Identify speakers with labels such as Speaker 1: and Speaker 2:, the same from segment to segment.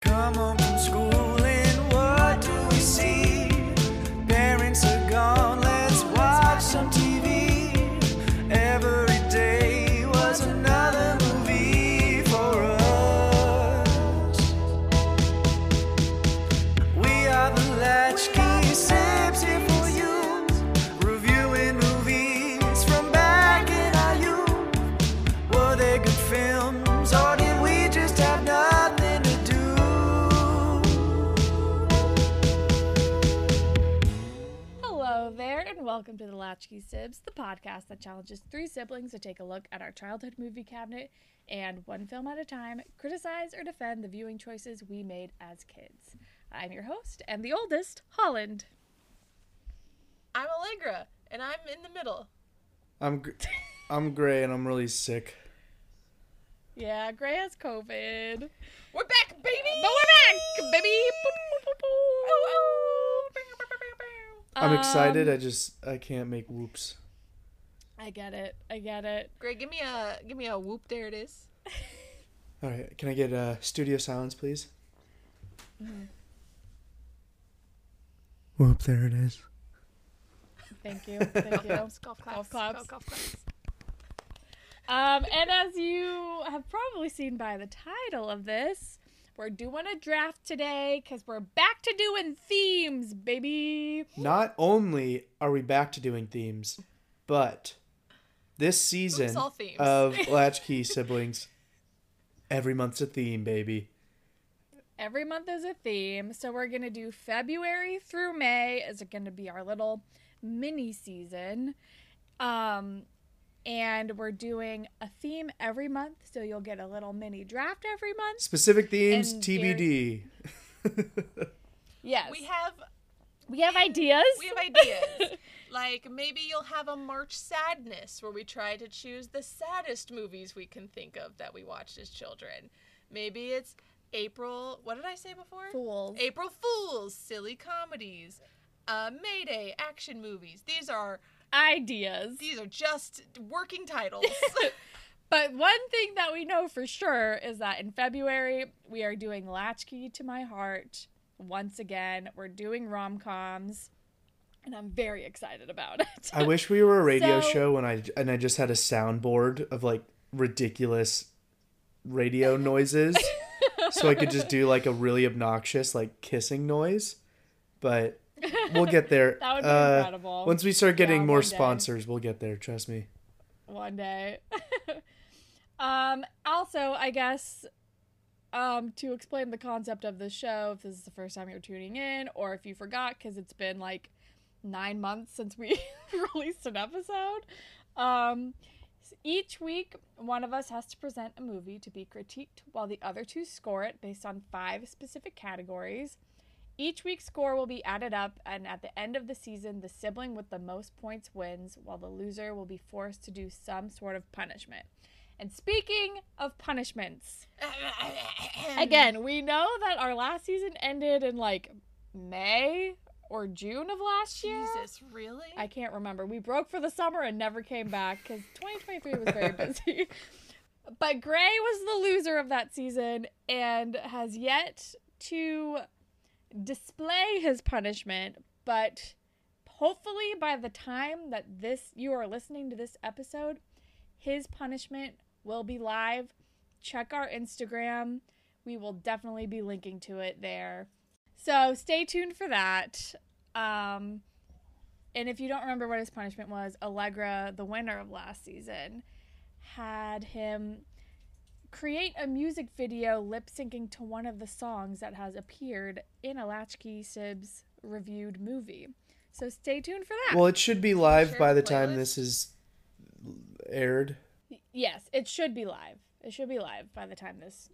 Speaker 1: come home from school and what do we see? Parents are gone, let's watch some TV. Every day was another movie for us. We are the latchkey Sips here for you, reviewing movies from back in our youth. Were they good films, or did we just have nothing to do?
Speaker 2: Hello there, and welcome to the Latchkey Sibs, the podcast that challenges three siblings to take a look at our childhood movie cabinet and one film at a time, criticize or defend the viewing choices we made as kids. I'm your host and the oldest, Holland.
Speaker 3: I'm Allegra, and I'm in the middle.
Speaker 4: I'm gr- I'm gray and I'm really sick.
Speaker 2: Yeah, Gray has COVID.
Speaker 3: We're back, baby! Oh,
Speaker 2: But we're back, baby! Boop, boop, boop, boop.
Speaker 4: I'm excited.
Speaker 2: Um,
Speaker 4: I just I can't make whoops.
Speaker 2: I get it. I get it.
Speaker 3: Greg, give me a give me a whoop. There it is.
Speaker 4: All right, can I get uh, studio silence, please? Mm-hmm. Whoop! There it is.
Speaker 2: Thank you. Thank you.
Speaker 3: Golf
Speaker 2: Golf
Speaker 3: claps.
Speaker 2: claps.
Speaker 3: Golf, golf claps.
Speaker 2: Um, and as you have probably seen by the title of this, we're doing a draft today because we're back to doing themes, baby.
Speaker 4: Not only are we back to doing themes, but this season
Speaker 3: all themes.
Speaker 4: of Latchkey Siblings, every month's a theme, baby.
Speaker 2: Every month is a theme. So we're going to do February through May is going to be our little mini season. Um, and we're doing a theme every month. So you'll get a little mini draft every month.
Speaker 4: Specific themes,
Speaker 2: And
Speaker 4: TBD.
Speaker 2: Yes.
Speaker 3: We have
Speaker 2: we have ideas.
Speaker 3: we have ideas. like maybe you'll have a March sadness where we try to choose the saddest movies we can think of that we watched as children. Maybe it's April. What did I say before?
Speaker 2: Fools.
Speaker 3: April Fools, silly comedies, uh, Mayday, action movies. These are
Speaker 2: ideas.
Speaker 3: these are just working titles.
Speaker 2: But one thing that we know for sure is that in February, we are doing Latchkey to My Heart once again. We're doing rom coms, and I'm very excited about it.
Speaker 4: I wish we were a radio
Speaker 2: So-
Speaker 4: show and I and I just had a soundboard of like ridiculous radio noises, so I could just do like a really obnoxious like kissing noise. But we'll get there.
Speaker 2: That would be
Speaker 4: Uh,
Speaker 2: incredible.
Speaker 4: Once we start getting
Speaker 2: Yeah,
Speaker 4: more
Speaker 2: one day.
Speaker 4: sponsors, we'll get there. Trust me.
Speaker 2: one day. um, also, I guess um, to explain the concept of the show, if this is the first time you're tuning in, or if you forgot, because it's been like nine months since we released an episode. Um, s- each week, one of us has to present a movie to be critiqued, while the other two score it based on five specific categories. Each week's score will be added up, and at the end of the season, the sibling with the most points wins, while the loser will be forced to do some sort of punishment. And speaking of punishments,
Speaker 3: Mm.
Speaker 2: again, we know that our last season ended in like May or June of last year.
Speaker 3: Jesus, really?
Speaker 2: I can't remember. We broke for the summer and never came back because 2023 was very busy. But Gray was the loser of that season and has yet to display his punishment. But hopefully, by the time that this you are listening to this episode, his punishment will be live. Check our Instagram. We will definitely be linking to it there. So stay tuned for that. Um, and if you don't remember what his punishment was, Allegra, the winner of last season, had him create a music video lip syncing to one of the songs that has appeared in a Latchkey Sibs reviewed movie. So stay tuned for that.
Speaker 4: Well, it should be live
Speaker 3: Share
Speaker 4: by the
Speaker 3: playlist?
Speaker 4: time this is aired.
Speaker 2: yes, it should be live. It should be live by the time this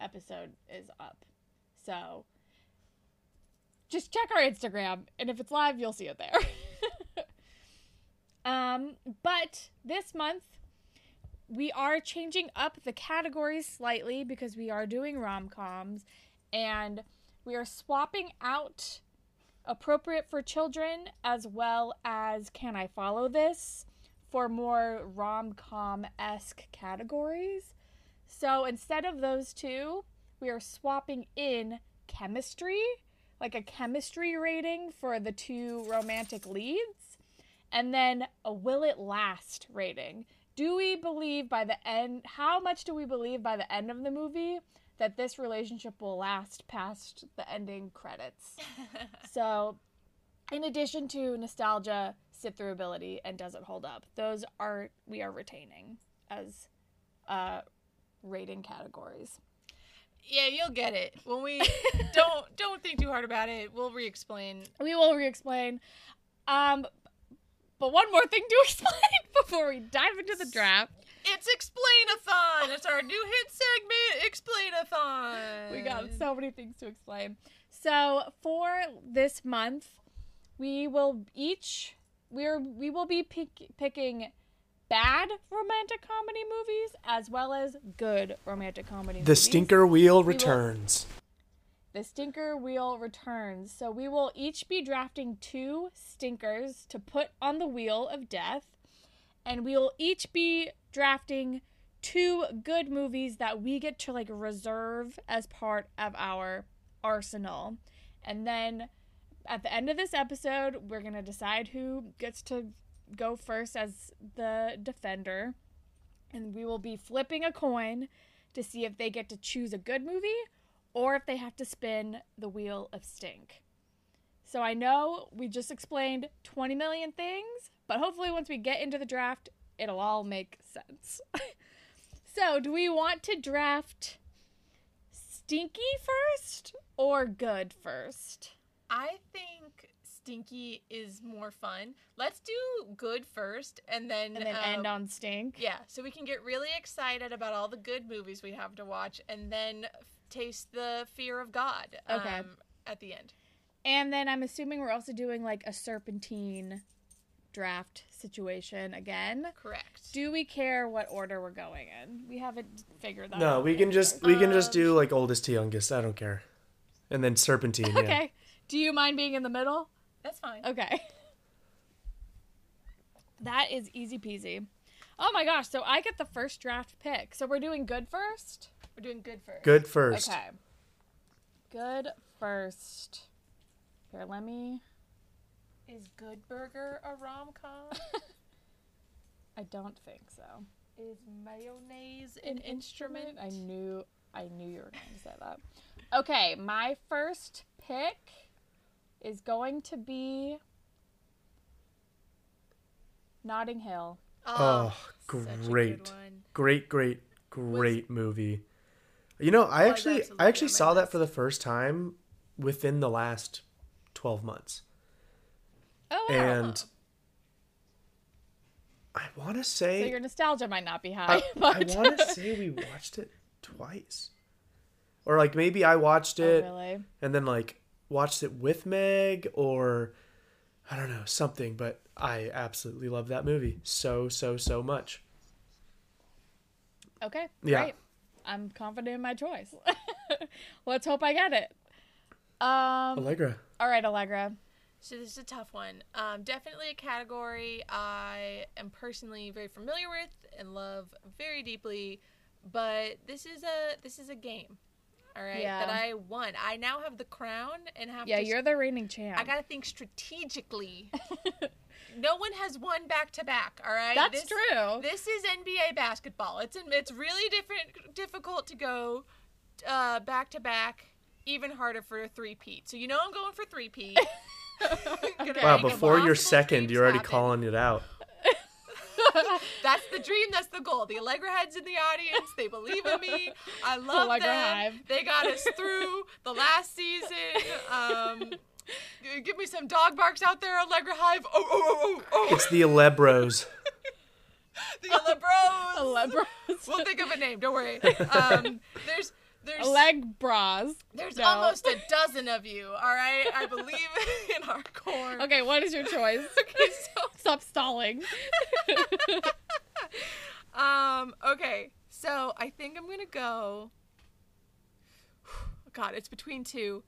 Speaker 2: episode is up. So just check our Instagram, and if it's live, you'll see it there. um, but this month, we are changing up the categories slightly because we are doing rom coms and we are swapping out appropriate for children as well as can I follow this for more rom com esque categories. So instead of those two, we are swapping in chemistry, like a chemistry rating for the two romantic leads, and then a will it last rating. Do we believe by the end, how much do we believe by the end of the movie that this relationship will last past the ending credits? so, in addition to nostalgia, sit through ability, and does it hold up, those are we are retaining as uh, rating categories.
Speaker 3: Yeah, you'll get it when we don't don't think too hard about it. We'll re-explain.
Speaker 2: We will re-explain. Um, but one more thing to explain before we dive into the draft.
Speaker 3: It's Explain-a-thon. It's our new hit segment, Explain-a-thon.
Speaker 2: We got so many things to explain. So for this month, we will each we're we will be pick, picking bad romantic comedy movies as well as good romantic comedy
Speaker 4: The
Speaker 2: movies.
Speaker 4: stinker wheel returns.
Speaker 2: The stinker wheel returns. So we will each be drafting two stinkers to put on the wheel of death, and we will each be drafting two good movies that we get to like reserve as part of our arsenal. And then at the end of this episode, we're going to decide who gets to go first as the defender, and we will be flipping a coin to see if they get to choose a good movie or if they have to spin the wheel of stink. So I know we just explained 20 million things, but hopefully once we get into the draft, it'll all make sense. so, do we want to draft stinky first or good first?
Speaker 3: I think Stinky is more fun. Let's do good first, and then
Speaker 2: And then
Speaker 3: um,
Speaker 2: end on stink.
Speaker 3: Yeah, so we can get really excited about all the good movies we have to watch, and then f- taste the fear of God.
Speaker 2: Okay.
Speaker 3: um, at the end.
Speaker 2: And then I'm assuming we're also doing like a serpentine draft situation again.
Speaker 3: Correct.
Speaker 2: Do we care what order we're going in? We haven't figured that out.
Speaker 4: No, we
Speaker 2: yet.
Speaker 4: can just we can just
Speaker 2: Um,
Speaker 4: do like oldest to youngest. I don't care. And then serpentine. yeah.
Speaker 2: Okay. Do you mind being in the middle?
Speaker 3: That's fine.
Speaker 2: Okay. That is easy peasy. Oh my gosh, so I get the first draft pick. So we're doing good first?
Speaker 3: We're doing good first.
Speaker 4: Good first.
Speaker 2: Okay. Good first. Here, let me.
Speaker 3: Is Good Burger a rom com?
Speaker 2: I don't think so.
Speaker 3: is mayonnaise an, instrument?
Speaker 2: I knew I knew you were going to say that. Okay, my first pick is going to be Notting Hill.
Speaker 4: Oh,
Speaker 2: Um,
Speaker 3: such a good
Speaker 4: great.
Speaker 3: one.
Speaker 4: Great, great, great movie. You know,
Speaker 2: Oh,
Speaker 4: I actually
Speaker 3: absolutely
Speaker 4: I actually
Speaker 3: on my
Speaker 4: saw that
Speaker 3: list.
Speaker 4: for the first time within the last 12 months.
Speaker 2: Oh, wow.
Speaker 4: And I want to
Speaker 2: so
Speaker 4: say
Speaker 2: your nostalgia might not be high,
Speaker 4: I,
Speaker 2: but
Speaker 4: want to say we watched it twice. Or like maybe I watched
Speaker 2: Oh,
Speaker 4: it
Speaker 2: really.
Speaker 4: and then like watched it with Meg or I don't know, something, but I absolutely love that movie so so so much.
Speaker 2: Okay.
Speaker 4: Yeah.
Speaker 2: Great. I'm confident in my choice. Let's hope I get it. Um
Speaker 4: Allegra.
Speaker 2: all right, Allegra.
Speaker 3: So this is a tough one. Um, definitely a category I am personally very familiar with and love very deeply, but this is a this is a game, all right?
Speaker 2: Yeah.
Speaker 3: That I won. I now have the crown and have
Speaker 2: Yeah,
Speaker 3: to.
Speaker 2: you're the reigning champ.
Speaker 3: I gotta think strategically. no one has won back to back. All right,
Speaker 2: That's
Speaker 3: This-
Speaker 2: true.
Speaker 3: This is NBA basketball. It's it's really different, difficult to go uh, back to back. Even harder for a three peat. So you know I'm going for three peat.
Speaker 4: Wow, before your second, you're already calling it out.
Speaker 3: That's the dream. That's the goal. The Allegra heads in the audience. They believe in me. I love
Speaker 2: Allegra
Speaker 3: them.
Speaker 2: Hive.
Speaker 3: They got us through the last season. Um, g- give me some dog barks out there, Allegra Hive. Oh, oh, oh, oh, oh.
Speaker 4: It's the Alebros.
Speaker 3: The Allegros.
Speaker 2: Allegra.
Speaker 3: We'll think of a name. Don't worry. Um, there's there's
Speaker 2: Leg bras.
Speaker 3: there's
Speaker 2: No.
Speaker 3: almost a dozen of you. All right, I believe in our core.
Speaker 2: Okay, what is your choice?
Speaker 3: Okay, so
Speaker 2: Stop stalling.
Speaker 3: Um, okay. So I think I'm gonna go. God, it's between two.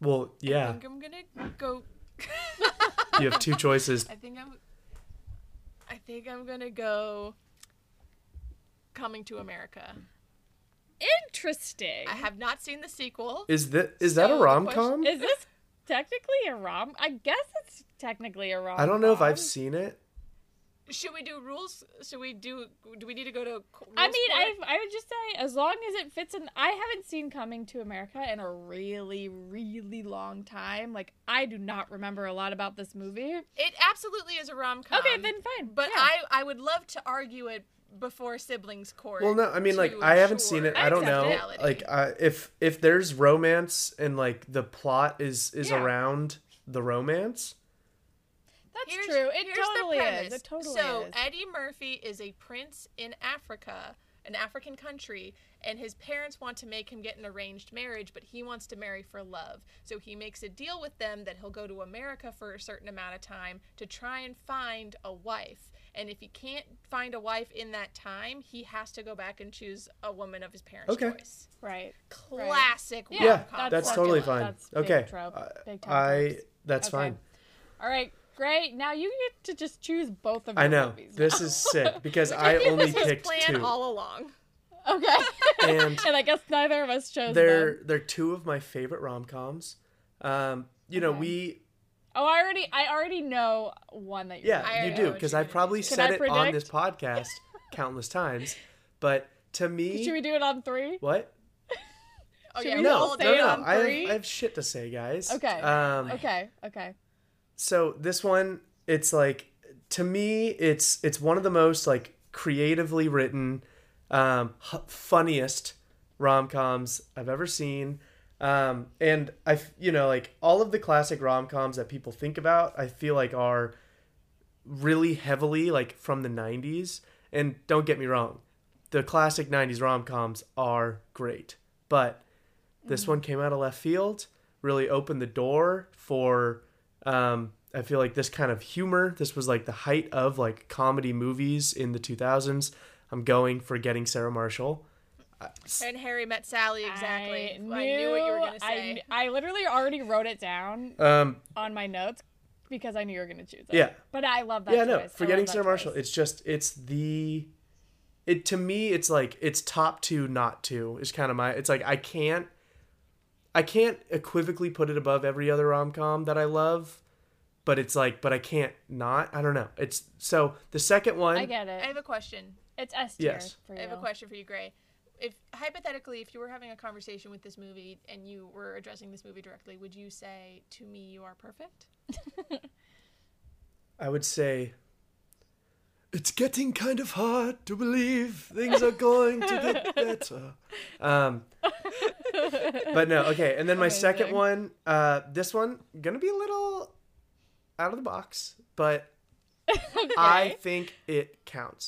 Speaker 4: Well,
Speaker 3: I
Speaker 4: yeah,
Speaker 3: think I'm gonna go.
Speaker 4: you have two choices.
Speaker 3: I think I'm. I think I'm gonna go. Coming to America.
Speaker 2: Interesting.
Speaker 3: I have not seen the sequel.
Speaker 4: Is that is that a
Speaker 3: So the
Speaker 4: rom com?
Speaker 2: Is this technically a rom? I guess it's technically a rom.
Speaker 4: I don't know if I've seen it.
Speaker 3: Should we do rules? Should we do? Do we need to go to? co-
Speaker 2: I
Speaker 3: rules
Speaker 2: mean,
Speaker 3: court?
Speaker 2: I I would just say as long as it fits in. I haven't seen Coming to America in a really really long time. Like I do not remember a lot about this movie.
Speaker 3: It absolutely is a rom com.
Speaker 2: Okay, then fine.
Speaker 3: Um, But
Speaker 2: Yeah.
Speaker 3: I, I would love to argue it before siblings court.
Speaker 4: Well, no, I mean like
Speaker 3: to
Speaker 4: I haven't
Speaker 3: ensure
Speaker 4: seen it.
Speaker 2: I
Speaker 4: I don't know.
Speaker 3: accept it.
Speaker 4: Like uh, if if there's romance and like the plot is is
Speaker 2: Yeah.
Speaker 4: around the romance.
Speaker 2: that's
Speaker 3: Here's-
Speaker 2: true. It
Speaker 3: here's the
Speaker 2: totally is.
Speaker 3: premise.
Speaker 2: It totally
Speaker 3: so
Speaker 2: is.
Speaker 3: Eddie Murphy is a prince in Africa, an African country, and his parents want to make him get an arranged marriage, but he wants to marry for love. So he makes a deal with them that he'll go to America for a certain amount of time to try and find a wife. And if he can't find a wife in that time, he has to go back and choose a woman of his parents'
Speaker 4: Okay.
Speaker 3: choice.
Speaker 2: right.
Speaker 3: Classic.
Speaker 2: Yeah,
Speaker 4: Yeah,
Speaker 3: rom-com
Speaker 4: that's
Speaker 2: formula.
Speaker 4: totally
Speaker 3: formula.
Speaker 4: fine.
Speaker 2: That's big
Speaker 4: okay,
Speaker 2: trope-
Speaker 4: I-
Speaker 2: big time
Speaker 4: I
Speaker 2: tropes.
Speaker 4: that's
Speaker 2: Okay.
Speaker 4: fine.
Speaker 2: All right. Great. Now you get to just choose both of your
Speaker 4: I know
Speaker 2: movies.
Speaker 4: this is sick because I
Speaker 3: This
Speaker 4: only
Speaker 3: was his
Speaker 4: picked
Speaker 3: plan
Speaker 4: two,
Speaker 3: all along.
Speaker 2: okay.
Speaker 4: and
Speaker 2: and I guess neither of us chose them.
Speaker 4: they're they're two of my favorite rom coms. Um, you know
Speaker 2: Okay.
Speaker 4: we
Speaker 2: Oh, I already I already know one that you're
Speaker 4: yeah
Speaker 3: I
Speaker 4: you
Speaker 3: know
Speaker 4: do
Speaker 3: what
Speaker 4: because
Speaker 3: you're
Speaker 4: I
Speaker 3: gonna
Speaker 4: probably
Speaker 3: do.
Speaker 2: Can
Speaker 4: said
Speaker 2: I
Speaker 4: it on this podcast countless times, but to me
Speaker 2: Should we do it on three?
Speaker 4: what
Speaker 3: Oh,
Speaker 2: Should
Speaker 3: yeah,
Speaker 2: we
Speaker 3: we'll
Speaker 4: no
Speaker 2: all
Speaker 3: do
Speaker 2: say
Speaker 4: no
Speaker 2: it
Speaker 4: no
Speaker 2: on
Speaker 4: I have,
Speaker 2: three?
Speaker 4: I have shit to say guys
Speaker 2: Okay.
Speaker 4: um
Speaker 2: Okay. Okay.
Speaker 4: so this one it's like to me it's it's one of the most like creatively written um h- funniest rom-coms i've ever seen um and i f- you know like all of the classic rom-coms that people think about i feel like are really heavily like from the 90s and don't get me wrong the classic 90s rom-coms are great but this one came out of left field really opened the door for um, i feel like this kind of humor this was like the height of like comedy movies in the 2000s i'm going for getting sarah marshall
Speaker 3: And Harry met Sally, exactly.
Speaker 2: I
Speaker 3: I
Speaker 2: knew,
Speaker 3: knew, what you were going to
Speaker 2: I
Speaker 3: say.
Speaker 2: kn- I, literally already wrote it down
Speaker 4: um,
Speaker 2: on my notes because I knew you were going to choose it.
Speaker 4: Yeah.
Speaker 2: But I love that.
Speaker 4: yeah no
Speaker 2: choice. I
Speaker 4: forgetting
Speaker 2: love that
Speaker 4: sarah marshall
Speaker 2: choice.
Speaker 4: it's just it's the it to me it's like it's top two not two is kind of my it's like i can't i can't equivocally put it above every other rom-com that i love but it's like but i can't not i don't know it's so the second one
Speaker 2: I get
Speaker 3: I
Speaker 2: it.
Speaker 3: have a question.
Speaker 2: It's S tier
Speaker 4: Yes.
Speaker 2: for
Speaker 3: I have a
Speaker 2: you.
Speaker 3: question for you, Gray. If hypothetically, if you were having a conversation with this movie and you were addressing this movie directly, would you say, "To me, you are perfect"?
Speaker 4: I would say it's getting kind of hard to believe things are going to get better. Um, but no, okay. And then my second
Speaker 2: Amazing.
Speaker 4: one, uh, this one gonna be a little out of the box, but I think it counts.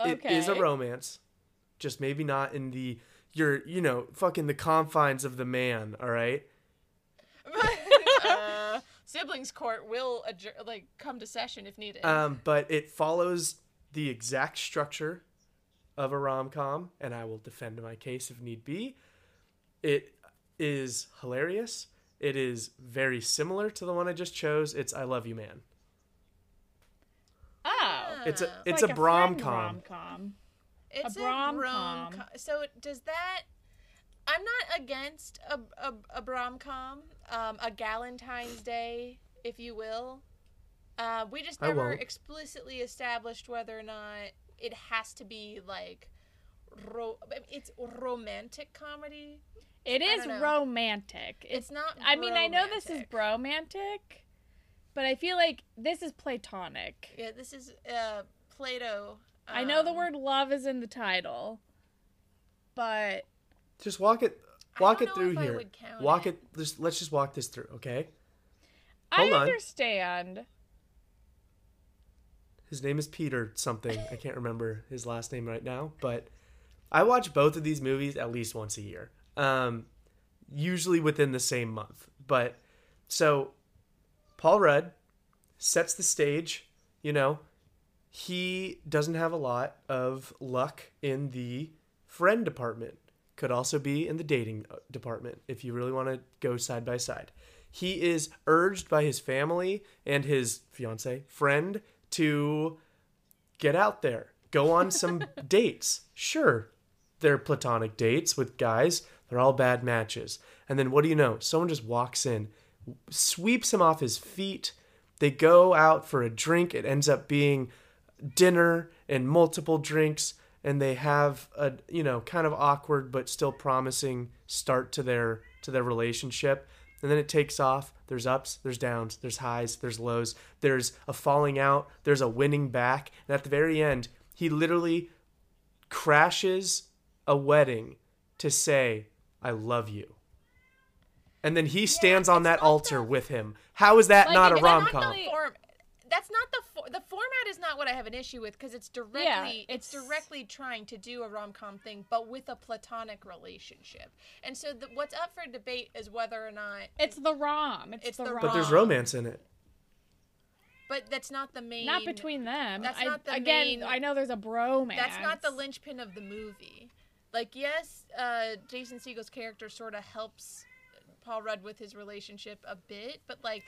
Speaker 4: It is a
Speaker 2: Okay.
Speaker 4: romance, just maybe not in the your you know fucking the confines of the man. All right.
Speaker 3: uh, siblings court will adjour- like come to session if needed.
Speaker 4: Um, but it follows the exact structure of a rom com, and I will defend my case if need be. It is hilarious. It is very similar to the one I just chose. It's "I Love You, Man."
Speaker 2: Oh.
Speaker 4: It's
Speaker 3: Uh,
Speaker 4: a
Speaker 2: It's
Speaker 4: it's
Speaker 2: like
Speaker 4: a
Speaker 2: friend
Speaker 4: brom com.
Speaker 2: rom-com.
Speaker 3: it's
Speaker 2: brom-com.
Speaker 3: brom-com. So does that? I'm not against a a, a brom com, um, a Galentine's Day, if you will. Uh, we just
Speaker 4: I
Speaker 3: never
Speaker 4: won't.
Speaker 3: explicitly established whether or not it has to be like. Ro- I mean, it's romantic comedy.
Speaker 2: It is
Speaker 3: don't know.
Speaker 2: romantic.
Speaker 3: It's not.
Speaker 2: I mean, I know this is
Speaker 3: bromantic.
Speaker 2: bromantic, but I feel like this is platonic.
Speaker 3: Yeah, this is uh, Plato.
Speaker 2: I know the
Speaker 3: um,
Speaker 2: word love is in the title, but
Speaker 4: Just walk it
Speaker 3: I
Speaker 4: walk
Speaker 3: don't
Speaker 4: it
Speaker 3: know
Speaker 4: through
Speaker 3: if I
Speaker 4: here.
Speaker 3: would count
Speaker 4: Walk
Speaker 3: it.
Speaker 4: it. Just let's just walk this through, okay?
Speaker 2: I
Speaker 4: Hold on.
Speaker 2: understand.
Speaker 4: His name is Peter something. I can't remember his last name right now, but I watch both of these movies at least once a year. Um, usually within the same month. But so Paul Rudd sets the stage, you know, he doesn't have a lot of luck in the friend department. Could also be in the dating uh, department if you really want to go side by side. He is urged by his family and his fiance friend to get out there, go on some dates. Sure, their platonic dates with guys. They're all bad matches. And then what do you know? Someone just walks in, sweeps him off his feet. They go out for a drink. It ends up being dinner and multiple drinks. And they have a you know kind of awkward but still promising start to their to their relationship. And then it takes off. There's ups, there's downs, there's highs, there's lows. There's a falling out. There's a winning back. And at the very end, he literally crashes a wedding to say, I love you. And then he stands on
Speaker 3: it's
Speaker 4: that
Speaker 3: not
Speaker 4: altar with him. How is that
Speaker 2: Like,
Speaker 4: not a
Speaker 2: it's not
Speaker 4: rom com?
Speaker 2: the-
Speaker 3: Form, that's not the for, the format is not what I have an issue with because it's directly it's,
Speaker 2: it's-
Speaker 3: directly trying to do a rom com thing, but with a platonic relationship. And so the, what's up for debate is whether or not.
Speaker 2: It's the rom. It's,
Speaker 3: It's
Speaker 2: the,
Speaker 3: the
Speaker 2: rom.
Speaker 3: rom.
Speaker 4: But there's romance in it.
Speaker 3: But that's not the main.
Speaker 2: Not between them.
Speaker 3: That's
Speaker 2: I,
Speaker 3: not the
Speaker 2: again,
Speaker 3: main-
Speaker 2: I know there's a bromance.
Speaker 3: That's not the linchpin of the movie. Like yes, uh, Jason Siegel's character sort of helps Paul Rudd with his relationship a bit, but like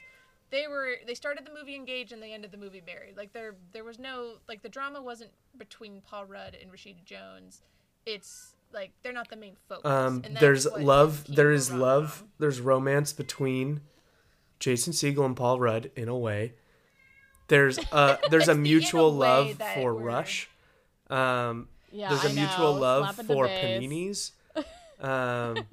Speaker 3: they were they started the movie engaged and they ended the movie married. Like there there was no like the drama wasn't between Paul Rudd and Rashida Jones. It's like they're not the main focus.
Speaker 4: Um,
Speaker 3: and that's
Speaker 4: there's
Speaker 3: what
Speaker 4: love.
Speaker 3: keeps
Speaker 4: There
Speaker 3: the
Speaker 4: is
Speaker 3: rom-com.
Speaker 4: love. There's romance between Jason Siegel and Paul Rudd in a way. There's a there's
Speaker 3: It's the
Speaker 4: a
Speaker 3: in a
Speaker 4: mutual
Speaker 3: way
Speaker 4: love
Speaker 3: that
Speaker 4: for
Speaker 3: we're-
Speaker 4: Rush. Um,
Speaker 2: Yeah,
Speaker 4: there's
Speaker 2: I
Speaker 4: a mutual
Speaker 2: know.
Speaker 4: love
Speaker 2: Slap in the
Speaker 4: for
Speaker 2: face.
Speaker 4: paninis. Um,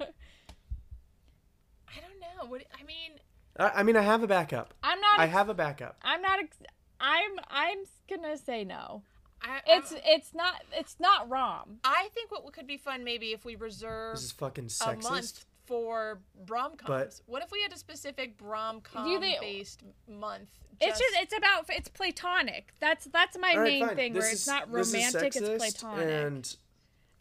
Speaker 3: I don't know. What I mean,
Speaker 4: I, I mean, I have a backup.
Speaker 2: I'm not.
Speaker 4: I have a backup.
Speaker 2: I'm not. Ex- I'm. I'm gonna say no.
Speaker 3: I
Speaker 2: It's.
Speaker 3: I'm-
Speaker 2: It's not. It's not rom.
Speaker 3: I think what could be fun maybe if we reserve
Speaker 4: This is fucking
Speaker 3: a
Speaker 4: sexist.
Speaker 3: month for rom coms.
Speaker 4: But-
Speaker 3: What if we had a specific rom
Speaker 2: Do you
Speaker 3: com
Speaker 2: think-
Speaker 3: based month?
Speaker 2: It's just. It's about. It's platonic. That's. That's my
Speaker 4: All right,
Speaker 2: main
Speaker 4: fine.
Speaker 2: thing.
Speaker 4: This
Speaker 2: Where
Speaker 4: is-
Speaker 2: it's not
Speaker 4: this is
Speaker 2: romantic. It's
Speaker 4: sexist
Speaker 2: platonic.
Speaker 4: And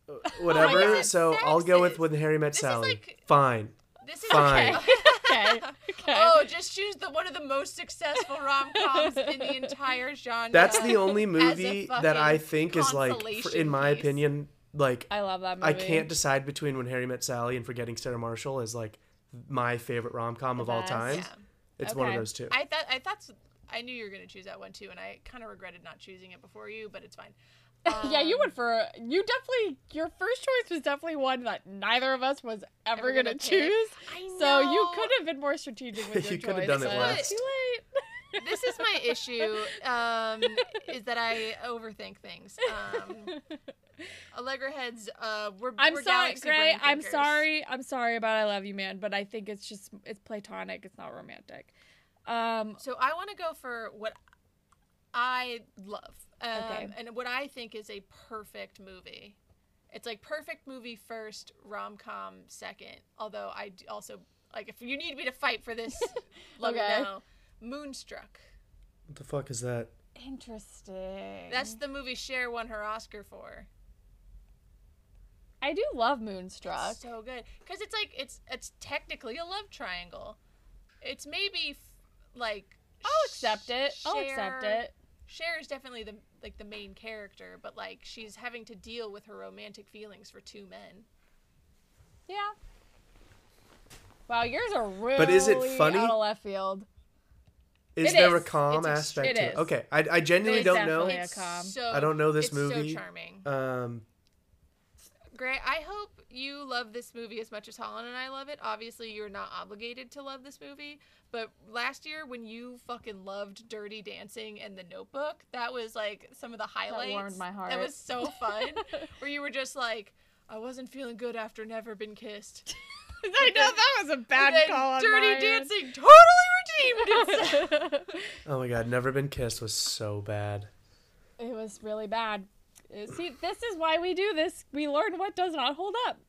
Speaker 4: uh, whatever.
Speaker 3: God,
Speaker 4: so I'll go with
Speaker 3: sexist.
Speaker 4: when Harry met
Speaker 3: This is
Speaker 4: Sally.
Speaker 3: like-
Speaker 4: Fine.
Speaker 3: this is
Speaker 4: fine.
Speaker 2: okay. Okay.
Speaker 3: Oh, just choose the one of the most successful rom coms in the entire genre.
Speaker 4: That's the only
Speaker 3: a
Speaker 4: movie that I
Speaker 3: fucking
Speaker 4: think is like, for, in
Speaker 3: consolation
Speaker 4: my
Speaker 3: piece.
Speaker 4: opinion, like
Speaker 2: I love that movie.
Speaker 4: I can't decide between When Harry Met Sally and Forgetting Sarah Marshall is like my favorite rom com of all
Speaker 2: best.
Speaker 4: time.
Speaker 3: Yeah.
Speaker 4: It's one of
Speaker 2: Okay.
Speaker 4: those two.
Speaker 3: I thought I thought I knew you were gonna choose that one too, and I kind of regretted not choosing it before you, but it's fine. Um,
Speaker 2: yeah, you went for you definitely your first choice was definitely one that neither of us was ever
Speaker 3: Ever gonna
Speaker 2: gonna,
Speaker 3: pick.
Speaker 2: choose.
Speaker 3: I
Speaker 2: So you
Speaker 3: know.
Speaker 2: could have been more strategic with your
Speaker 4: You could have
Speaker 2: choice,
Speaker 4: done it
Speaker 2: but
Speaker 3: last.
Speaker 2: Too late.
Speaker 3: this is my issue um, is that I overthink things. Um, Allegra heads, uh, we're
Speaker 2: I'm
Speaker 3: we're
Speaker 2: sorry,
Speaker 3: galaxy
Speaker 2: Gray.
Speaker 3: brain
Speaker 2: I'm
Speaker 3: thinkers.
Speaker 2: sorry. I'm sorry about I love you, man. But I think it's just it's platonic. It's not romantic. Um,
Speaker 3: So I want to go for what I love, um,
Speaker 2: Okay.
Speaker 3: and what I think is a perfect movie. It's like perfect movie first, rom com second. Although I d- also like if you need me to fight for this, let
Speaker 2: Okay.
Speaker 3: me know. Moonstruck.
Speaker 4: what the fuck is that?
Speaker 2: interesting.
Speaker 3: That's the movie Cher won her Oscar for.
Speaker 2: I do love Moonstruck.
Speaker 3: so good because it's like it's it's technically a love triangle. It's maybe f- like
Speaker 2: I'll accept it. I'll accept
Speaker 3: Cher-
Speaker 2: it.
Speaker 3: Cher is definitely the like the main character, but like she's having to deal with her romantic feelings for two men.
Speaker 2: Yeah. Wow, yours are really
Speaker 4: is it funny?
Speaker 2: out of left field.
Speaker 4: Is
Speaker 2: It
Speaker 4: there
Speaker 2: is.
Speaker 4: a calm
Speaker 3: It's ex-
Speaker 4: aspect
Speaker 2: it
Speaker 4: to it?
Speaker 2: is.
Speaker 4: Okay, I, I genuinely
Speaker 2: It is
Speaker 4: don't know.
Speaker 2: Oh, Yeah, calm.
Speaker 3: So
Speaker 4: I don't know this
Speaker 3: it's
Speaker 4: movie.
Speaker 3: So charming,
Speaker 4: Um,
Speaker 3: Gray. I hope you love this movie as much as Holland and I love it. Obviously, you're not obligated to love this movie, but last year when you fucking loved Dirty Dancing and The Notebook, that was like some of the highlights.
Speaker 2: warmed my
Speaker 3: That
Speaker 2: heart.
Speaker 3: was so fun. where you were just like, I wasn't feeling good after never been kissed.
Speaker 2: I know that was a bad
Speaker 3: And then
Speaker 2: call. On
Speaker 3: Dirty
Speaker 2: my end.
Speaker 3: Dancing totally redeemed itself.
Speaker 4: oh my god, Never Been Kissed was so bad.
Speaker 2: It was really bad. Uh, See, this is why we do this. We learn what does not hold up.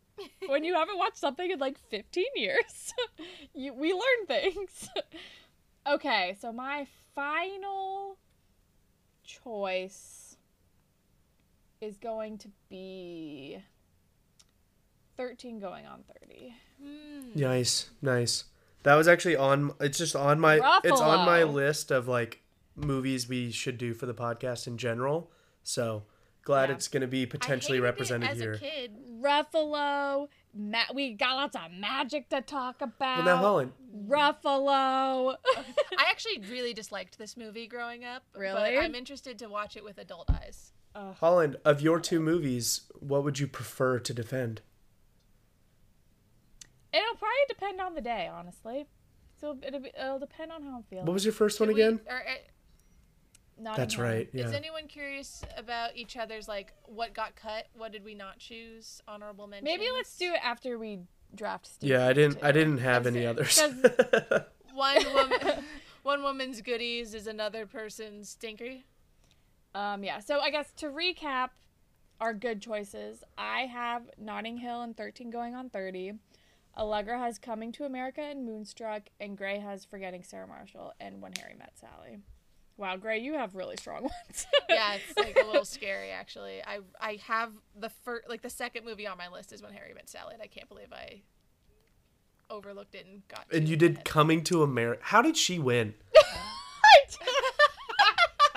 Speaker 2: When you haven't watched something in like 15 years, you, we learn things. okay, so my final choice is going to be 13 going on 30.
Speaker 4: Nice, nice. That was actually on. It's just on my. It's on my
Speaker 2: Ruffalo.
Speaker 4: list of like movies we should do for the podcast in general. So glad
Speaker 2: Yeah.
Speaker 4: it's going to be
Speaker 3: I
Speaker 4: potentially
Speaker 3: hated it
Speaker 4: represented
Speaker 3: as
Speaker 4: here.
Speaker 3: A kid.
Speaker 2: Ruffalo, ma- we got lots of magic to talk about.
Speaker 4: Well, now Holland,
Speaker 2: Ruffalo.
Speaker 3: I actually really disliked this movie growing up.
Speaker 2: Really?
Speaker 3: But I'm interested to watch it with adult eyes.
Speaker 4: Holland, of your two movies, what would you prefer to defend?
Speaker 2: It'll probably depend on the day, honestly. So it'll, be, it'll depend on how I'm feeling.
Speaker 4: What was your first one
Speaker 3: Did we-
Speaker 4: again?
Speaker 3: or, uh,
Speaker 2: Notting
Speaker 4: That's
Speaker 2: Hill.
Speaker 4: right. Yeah.
Speaker 3: Is anyone curious about each other's like what got cut? What did we not choose? Honorable mention.
Speaker 2: Maybe let's do it after we draft Steve.
Speaker 4: yeah, I didn't. I
Speaker 2: too.
Speaker 4: didn't have any others.
Speaker 3: one woman. one woman's goodies is another person's stinker.
Speaker 2: Um, yeah. So I guess to recap our good choices, I have Notting Hill and 13 Going on 30. Allegra has Coming to America and Moonstruck, and Gray has Forgetting Sarah Marshall and When Harry Met Sally. Wow, Gray, you have really strong ones.
Speaker 3: Yeah, it's like a little scary actually. I I have the first like the second movie on my list is when Harry met Sally. and I can't believe I overlooked it and got. to
Speaker 4: and you
Speaker 3: it in my
Speaker 4: did
Speaker 3: head.
Speaker 4: Coming to America. How did she win?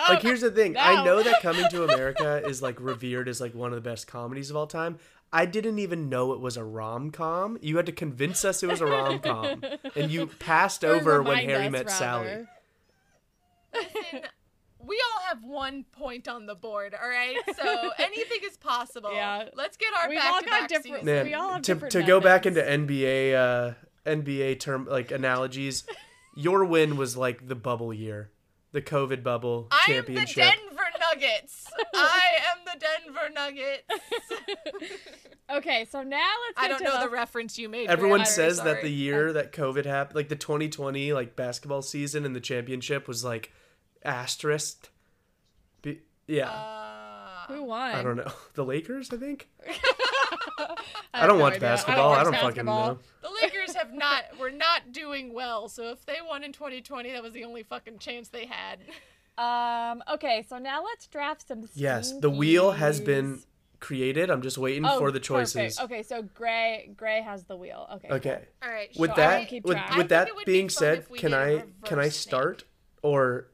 Speaker 4: like here's the thing. I
Speaker 2: No.
Speaker 4: know that Coming to America is like revered as like one of the best comedies of all time. I didn't even know it was a rom com. You had to convince us it was a rom com, and you passed
Speaker 2: Or
Speaker 4: over when
Speaker 2: remind
Speaker 4: Harry
Speaker 2: us,
Speaker 4: met Sally.
Speaker 2: rather.
Speaker 3: Listen, we all have one point on the board, all right? So anything is possible.
Speaker 2: Yeah.
Speaker 3: Let's get our
Speaker 2: We've all
Speaker 3: back
Speaker 2: got
Speaker 3: to back
Speaker 2: different-
Speaker 3: season.
Speaker 2: Yeah.
Speaker 4: Man,
Speaker 2: We all have
Speaker 4: to,
Speaker 2: different
Speaker 4: to go back into
Speaker 2: methods.
Speaker 4: NBA uh, NBA term like analogies, your win was like the bubble year, the COVID bubble
Speaker 3: I am the
Speaker 4: championship.
Speaker 3: Denver Nuggets. I am the Denver Nuggets.
Speaker 2: Okay, so now let's. Get
Speaker 3: I don't
Speaker 2: to
Speaker 3: know
Speaker 2: the,
Speaker 3: the reference you made.
Speaker 4: Everyone
Speaker 3: Graham. I'm
Speaker 4: says that the
Speaker 3: sorry.
Speaker 4: year that COVID happened, like the 2020 like basketball season and the championship was like asterisk. Be- yeah,
Speaker 3: Uh,
Speaker 2: who won.
Speaker 4: I don't know the Lakers. I think
Speaker 2: I
Speaker 4: I,
Speaker 2: have
Speaker 4: don't
Speaker 2: no
Speaker 4: watch
Speaker 2: idea.
Speaker 4: basketball. I
Speaker 2: watch
Speaker 4: don't,
Speaker 2: basketball.
Speaker 4: fucking know.
Speaker 3: the Lakers have not were not doing well. So if they won in 2020, that was the only fucking chance they had.
Speaker 2: Um. Okay, so now let's draft some.
Speaker 4: Yes, the wheel has
Speaker 2: stinkies.
Speaker 4: been created. I'm just waiting
Speaker 2: Oh,
Speaker 4: for the
Speaker 2: perfect.
Speaker 4: choices.
Speaker 2: Okay, so Gray Gray has the wheel. Okay. cool.
Speaker 4: okay.
Speaker 3: All right.
Speaker 4: with
Speaker 3: sure.
Speaker 2: I
Speaker 4: that
Speaker 2: don't keep
Speaker 4: with,
Speaker 2: track. I
Speaker 4: with
Speaker 2: think
Speaker 4: that
Speaker 3: it would be
Speaker 4: being
Speaker 3: fun
Speaker 4: said
Speaker 3: if we
Speaker 4: can
Speaker 3: did a
Speaker 4: i can i
Speaker 3: reverse snake.
Speaker 4: start or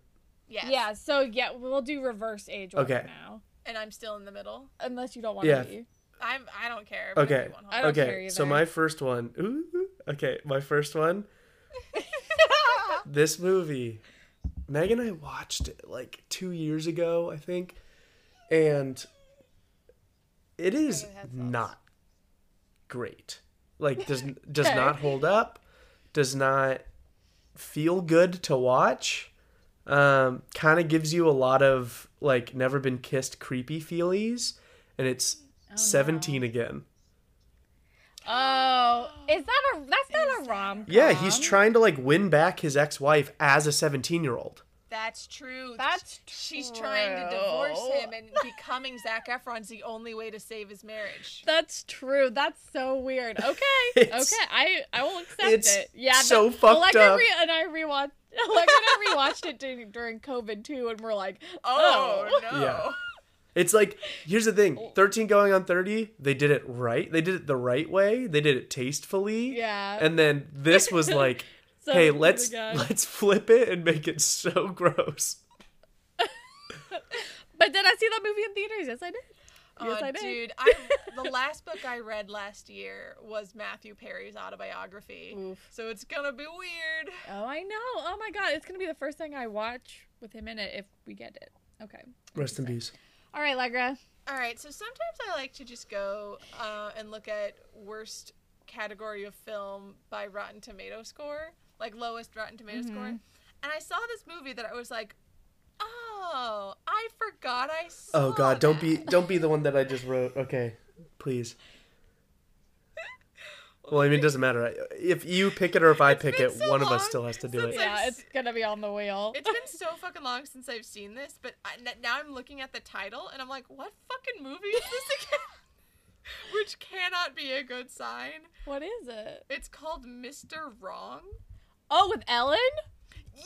Speaker 3: Yes.
Speaker 2: Yeah, so yeah, we'll do reverse age order
Speaker 4: Okay.
Speaker 2: now.
Speaker 3: And I'm still in the middle.
Speaker 2: Unless you don't want to
Speaker 4: Yeah.
Speaker 2: be.
Speaker 3: I'm. I don't care. whatever
Speaker 4: okay
Speaker 3: you want,
Speaker 2: I don't
Speaker 4: okay
Speaker 2: care
Speaker 4: so
Speaker 2: either.
Speaker 4: my first one ooh, okay my first one this movie meg and i watched it like two years ago i think and it is
Speaker 3: Megan had thoughts.
Speaker 4: not great like does does
Speaker 2: Okay.
Speaker 4: not hold up does not feel good to watch um, kind of gives you a lot of like never been kissed creepy feelies and it's 17 again
Speaker 2: Oh, is that a that's not a rom?
Speaker 4: yeah he's trying to like win back his ex-wife as a 17 year old
Speaker 3: That's true.
Speaker 2: That's
Speaker 3: she's trying to divorce
Speaker 2: true.
Speaker 3: him, and becoming Zach Efron's the only way to save his marriage.
Speaker 2: That's true. That's so weird. Okay.
Speaker 4: It's-
Speaker 2: okay. I I will accept
Speaker 4: it's
Speaker 2: it. Yeah.
Speaker 4: so
Speaker 2: that-
Speaker 4: fucked
Speaker 2: Allegra
Speaker 4: up.
Speaker 2: Re- and I rewatched Allegra and I rewatched it during, during COVID too, and we're like,
Speaker 3: Oh,
Speaker 2: oh,
Speaker 3: no!
Speaker 4: Yeah. it's like here's the thing 13 going on 30 they did it right they did it the right way they did it tastefully
Speaker 2: Yeah.
Speaker 4: and then this was like
Speaker 2: So
Speaker 4: hey
Speaker 2: weird
Speaker 4: let's
Speaker 2: again.
Speaker 4: let's flip it and make it so gross
Speaker 2: But did I see that movie in theaters? Yes, I did. Yes,
Speaker 3: Aw,
Speaker 2: I did.
Speaker 3: Uh, dude, I, the last book I read last year was Matthew Perry's autobiography,
Speaker 2: Oof.
Speaker 3: so it's gonna be weird.
Speaker 2: Oh, I know. Oh my god, it's gonna be the first thing I watch with him in it if we get it. Okay.
Speaker 4: rest in peace
Speaker 2: All right, Allegra.
Speaker 3: All right, so sometimes I like to just go uh, and look at worst category of film by Rotten Tomato score, like lowest Rotten Tomato
Speaker 2: Mm-hmm.
Speaker 3: score. And I saw this movie that I was like, oh, I forgot I saw.
Speaker 4: oh god don't be
Speaker 3: that."
Speaker 4: don't be the one that i just wrote okay please well i mean it doesn't matter I- if you pick it or if i pick
Speaker 3: been
Speaker 4: it
Speaker 3: so
Speaker 4: one of us
Speaker 3: long
Speaker 4: still has to do
Speaker 3: since
Speaker 4: it
Speaker 3: I've
Speaker 2: Yeah,
Speaker 3: s-
Speaker 2: it's gonna be on the wheel.
Speaker 3: It's been so fucking long since I've seen this, but I, n- now I'm looking at the title and I'm like, what fucking movie is this again? Which cannot be a good sign.
Speaker 2: What is it?
Speaker 3: It's called Mr. Wrong.
Speaker 2: Oh, with Ellen?
Speaker 3: Yes!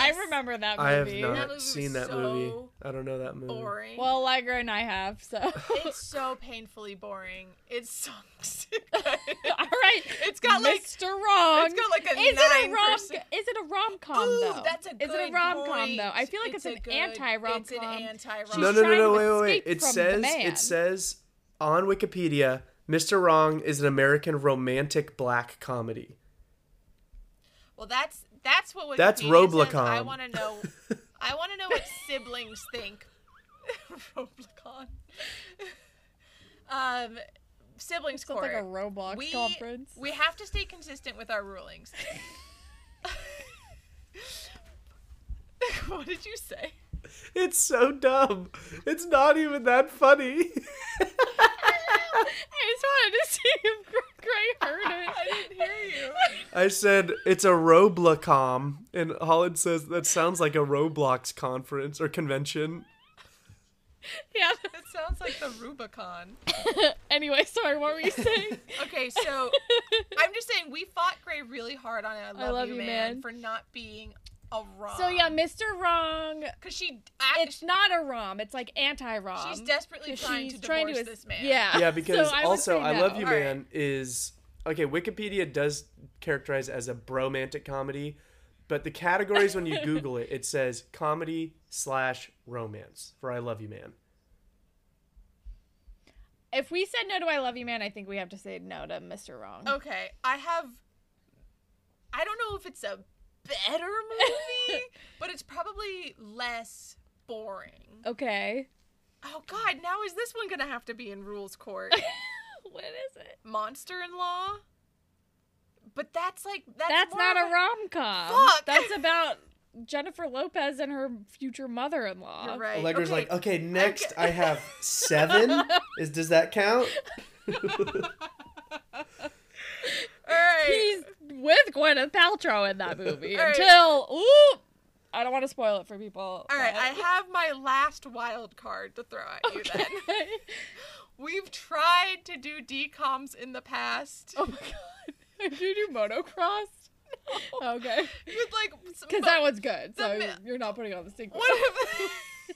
Speaker 2: I remember that
Speaker 4: I have
Speaker 2: movie.
Speaker 3: That
Speaker 4: not
Speaker 3: movie was
Speaker 4: seen that
Speaker 3: so
Speaker 4: movie. I don't know that movie.
Speaker 3: Boring.
Speaker 2: Well, Allegra and I have, so. All
Speaker 3: It's so painfully boring. It sucks.
Speaker 2: right.
Speaker 3: It's got like
Speaker 2: Mr. Wrong.
Speaker 3: it's got like a
Speaker 2: is it a
Speaker 3: nine
Speaker 2: rom?
Speaker 3: percent-
Speaker 2: Is it a rom com
Speaker 3: Ooh,
Speaker 2: though?
Speaker 3: that's a
Speaker 2: Is it a
Speaker 3: good
Speaker 2: rom com
Speaker 3: point.
Speaker 2: though? I feel like it's,
Speaker 3: a
Speaker 2: an
Speaker 3: good-
Speaker 2: anti rom
Speaker 3: It's an
Speaker 2: com.
Speaker 3: anti rom.
Speaker 4: no,
Speaker 2: She's
Speaker 4: no, no,
Speaker 2: trying
Speaker 4: no,
Speaker 2: to
Speaker 4: wait, wait, wait.
Speaker 2: escape
Speaker 4: It says
Speaker 2: from the man.
Speaker 4: it says on Wikipedia, Mr. Wrong is an American romantic black comedy.
Speaker 3: Well, that's that's what Wikipedia
Speaker 4: That's
Speaker 3: says. I
Speaker 4: Roblicon.
Speaker 3: want to know. I want to know what siblings think. Roblox. um, siblings
Speaker 2: Sounds
Speaker 3: court.
Speaker 2: like a Roblox
Speaker 3: we,
Speaker 2: conference.
Speaker 3: we have to stay consistent with our rulings. what did you say?
Speaker 4: It's so dumb. It's not even that funny.
Speaker 2: I just wanted to see if Gr- Gray heard it.
Speaker 3: I didn't hear you.
Speaker 4: I said it's a Roblocom, and Holland says that sounds like a Roblox conference or convention.
Speaker 2: Yeah.
Speaker 3: It sounds like the Rubicon.
Speaker 2: Anyway, sorry, what were you saying?
Speaker 3: Okay, so I'm just saying we fought Gray really hard on it. I love,
Speaker 2: love
Speaker 3: you,
Speaker 2: you,
Speaker 3: man,
Speaker 2: man.
Speaker 3: for not being a rom.
Speaker 2: so yeah, Mr. Wrong.
Speaker 3: because she act-
Speaker 2: It's not a rom. It's like anti-rom.
Speaker 3: she's desperately trying
Speaker 2: She's
Speaker 3: to
Speaker 2: trying
Speaker 3: divorce
Speaker 2: es-
Speaker 3: this man.
Speaker 2: Yeah.
Speaker 4: Yeah,
Speaker 2: So
Speaker 4: because
Speaker 2: I would
Speaker 4: also
Speaker 2: say
Speaker 4: I
Speaker 2: no.
Speaker 4: Love You
Speaker 3: All right.
Speaker 4: Man is okay. Wikipedia does characterize as a bromantic comedy, but the categories when you Google it, it says comedy slash romance for I Love You Man.
Speaker 2: If we said no to I Love You Man, I think we have to say no to Mr. Wrong.
Speaker 3: Okay, I have. I don't know if it's a better movie, but it's probably less boring.
Speaker 2: Okay.
Speaker 3: Oh God, now is this one gonna have to be in rules court?
Speaker 2: What is it?
Speaker 3: Monster in Law. But that's like that's,
Speaker 2: That's
Speaker 3: more
Speaker 2: not
Speaker 3: of
Speaker 2: a rom com.
Speaker 3: Fuck.
Speaker 2: That's about Jennifer Lopez and her future mother in law.
Speaker 3: You're right.
Speaker 4: Allegra's
Speaker 3: okay.
Speaker 4: like, okay, next I have seven. Is does that count?
Speaker 3: All right.
Speaker 2: He's with Gwyneth Paltrow in that movie
Speaker 3: All right.
Speaker 2: until ooh, I don't want to spoil it for people.
Speaker 3: All right, I have my last wild card to throw at you then.
Speaker 2: I.
Speaker 3: We've tried to do decoms in the past.
Speaker 2: oh my god! Did you do motocross? Okay,
Speaker 3: With like s-
Speaker 2: because
Speaker 3: but
Speaker 2: that one's good. So
Speaker 3: mi-
Speaker 2: you're not putting on the sequel.
Speaker 3: one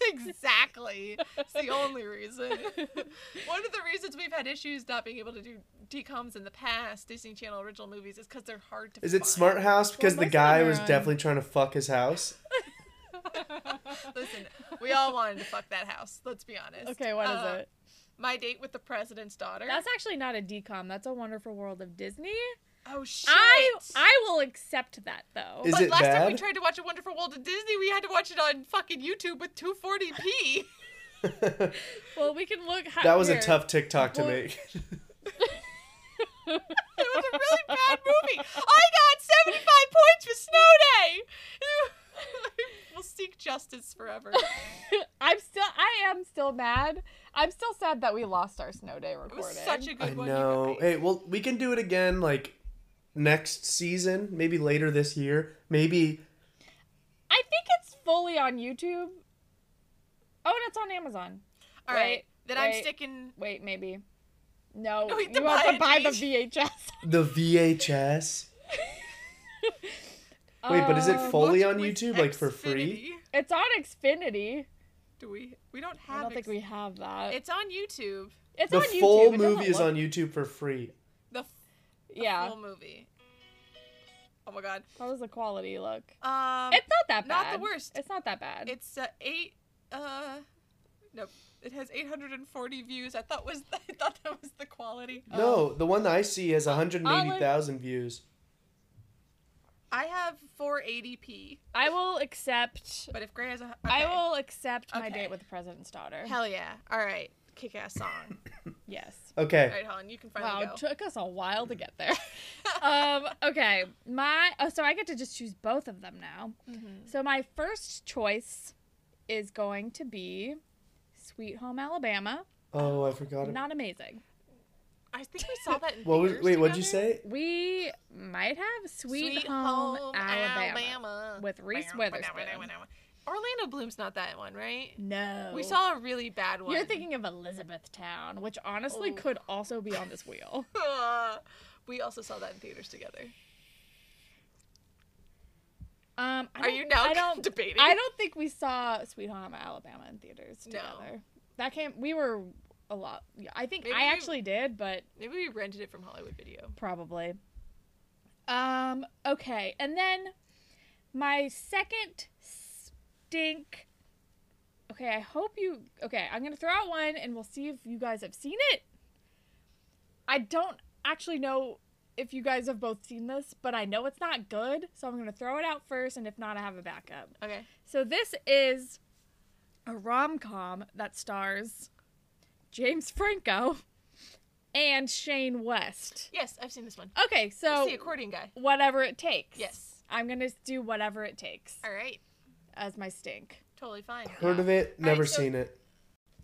Speaker 3: of Exactly. It's the only reason. One of the reasons we've had issues not being able to do decoms in the past, Disney Channel original movies, is because they're hard to
Speaker 4: Is it
Speaker 3: find.
Speaker 4: Smart House? Because
Speaker 2: most
Speaker 4: the
Speaker 2: of
Speaker 4: guy
Speaker 2: them are
Speaker 4: was
Speaker 2: on-
Speaker 4: definitely trying to fuck his house.
Speaker 3: Listen, we all wanted to fuck that house, let's be honest.
Speaker 2: Okay, what is
Speaker 3: Uh,
Speaker 2: it?
Speaker 3: My date with the president's daughter.
Speaker 2: That's actually not a decom. That's a Wonderful World of Disney.
Speaker 3: oh shit.
Speaker 2: I I will accept that though.
Speaker 4: Is
Speaker 3: but
Speaker 4: it
Speaker 3: last time we
Speaker 4: bad?
Speaker 3: tried to watch A Wonderful World of Disney, we had to watch it on fucking YouTube with 240p.
Speaker 2: well, we can look. How,
Speaker 4: That was a
Speaker 2: here.
Speaker 4: tough TikTok to
Speaker 2: Well-
Speaker 4: make.
Speaker 3: It was a really bad movie. I got 75 points for Snow Day. we'll seek justice forever.
Speaker 2: I'm still. I am still mad. I'm still sad that we lost our snow day
Speaker 3: It
Speaker 2: recording.
Speaker 3: was such a good
Speaker 4: I
Speaker 3: one.
Speaker 4: know.
Speaker 3: You guys.
Speaker 4: Hey, well, we can do it again like next season, maybe later this year, maybe
Speaker 2: I think it's fully on YouTube. Oh, and it's on Amazon.
Speaker 3: All right.
Speaker 2: Wait,
Speaker 3: then I'm
Speaker 2: wait.
Speaker 3: sticking.
Speaker 2: Wait, maybe. No,
Speaker 3: No, we have to
Speaker 2: you have to
Speaker 3: buy
Speaker 2: buy
Speaker 3: it.
Speaker 2: the VHS.
Speaker 4: the VHS. Wait, but is it
Speaker 2: Um,
Speaker 4: full- Fully
Speaker 3: Watch it
Speaker 4: on
Speaker 3: with
Speaker 4: YouTube, like, for free?
Speaker 3: Xfinity.
Speaker 2: It's on Xfinity.
Speaker 3: Do we? We don't have
Speaker 2: I don't think
Speaker 3: X-
Speaker 2: we have that.
Speaker 3: It's on YouTube.
Speaker 2: it's
Speaker 4: The
Speaker 2: on YouTube.
Speaker 4: full
Speaker 2: It doesn't
Speaker 4: movie is
Speaker 2: look-
Speaker 4: on YouTube for free.
Speaker 3: The f-
Speaker 2: Yeah,
Speaker 3: full movie. Oh my god.
Speaker 2: that was a quality look.
Speaker 3: Um,
Speaker 2: It's not that
Speaker 3: not
Speaker 2: bad.
Speaker 3: the worst.
Speaker 2: It's not that bad.
Speaker 3: It's uh, eight. Uh, nope. It has 840 views. I thought was I thought that was the quality.
Speaker 2: Oh.
Speaker 4: No, the one that I see has 180,000 views.
Speaker 3: I have 480p.
Speaker 2: I will accept.
Speaker 3: But if Gray has a,
Speaker 2: I
Speaker 3: okay.
Speaker 2: will accept my
Speaker 3: Okay.
Speaker 2: date with the president's daughter.
Speaker 3: Hell yeah! All right, kick ass song.
Speaker 2: Yes.
Speaker 4: Okay.
Speaker 3: All right, Helen, you can
Speaker 2: Wow,
Speaker 3: finally go.
Speaker 2: took us a while to get there. um, okay, my oh, so I get to just choose both of them now.
Speaker 3: Mm-hmm.
Speaker 2: So my first choice is going to be Sweet Home Alabama.
Speaker 4: Oh, I forgot it.
Speaker 2: Not amazing.
Speaker 3: I think we saw that. In
Speaker 4: What was
Speaker 3: theaters
Speaker 4: Wait, what'd you
Speaker 3: together.
Speaker 4: say?
Speaker 2: We might have Sweet, Home, Alabama. with Reese Witherspoon.
Speaker 3: Orlando Bloom's not that one, right?
Speaker 2: No,
Speaker 3: We saw a really bad one.
Speaker 2: You're thinking of Elizabethtown, which honestly
Speaker 3: Oh.
Speaker 2: could also be on this wheel.
Speaker 3: Uh, we also saw that in theaters together.
Speaker 2: Um, I
Speaker 3: Are
Speaker 2: don't-
Speaker 3: you now
Speaker 2: I don't
Speaker 3: debating?
Speaker 2: I don't think we saw Sweet Home Alabama in theaters
Speaker 3: No.
Speaker 2: together. That came. We were a lot. Yeah, I think
Speaker 3: Maybe
Speaker 2: I
Speaker 3: you-
Speaker 2: actually did, but
Speaker 3: Maybe we rented it from Hollywood Video.
Speaker 2: probably. Um. Okay, and then my second stink. Okay, I hope you. Okay, I'm gonna throw out one, and we'll see if you guys have seen it. I don't actually know if you guys have both seen this, but I know it's not good, so I'm gonna throw it out first, and if not, I have a backup.
Speaker 3: Okay.
Speaker 2: So this is a rom com that stars James Franco and Shane West.
Speaker 3: Yes, I've seen this one.
Speaker 2: Okay, so
Speaker 3: It's the accordion guy.
Speaker 2: whatever it takes.
Speaker 3: Yes.
Speaker 2: I'm gonna do whatever it takes
Speaker 3: All right.
Speaker 2: as my stink.
Speaker 3: Totally fine.
Speaker 4: Heard of it,
Speaker 3: All right,
Speaker 4: never
Speaker 3: so-
Speaker 4: seen it.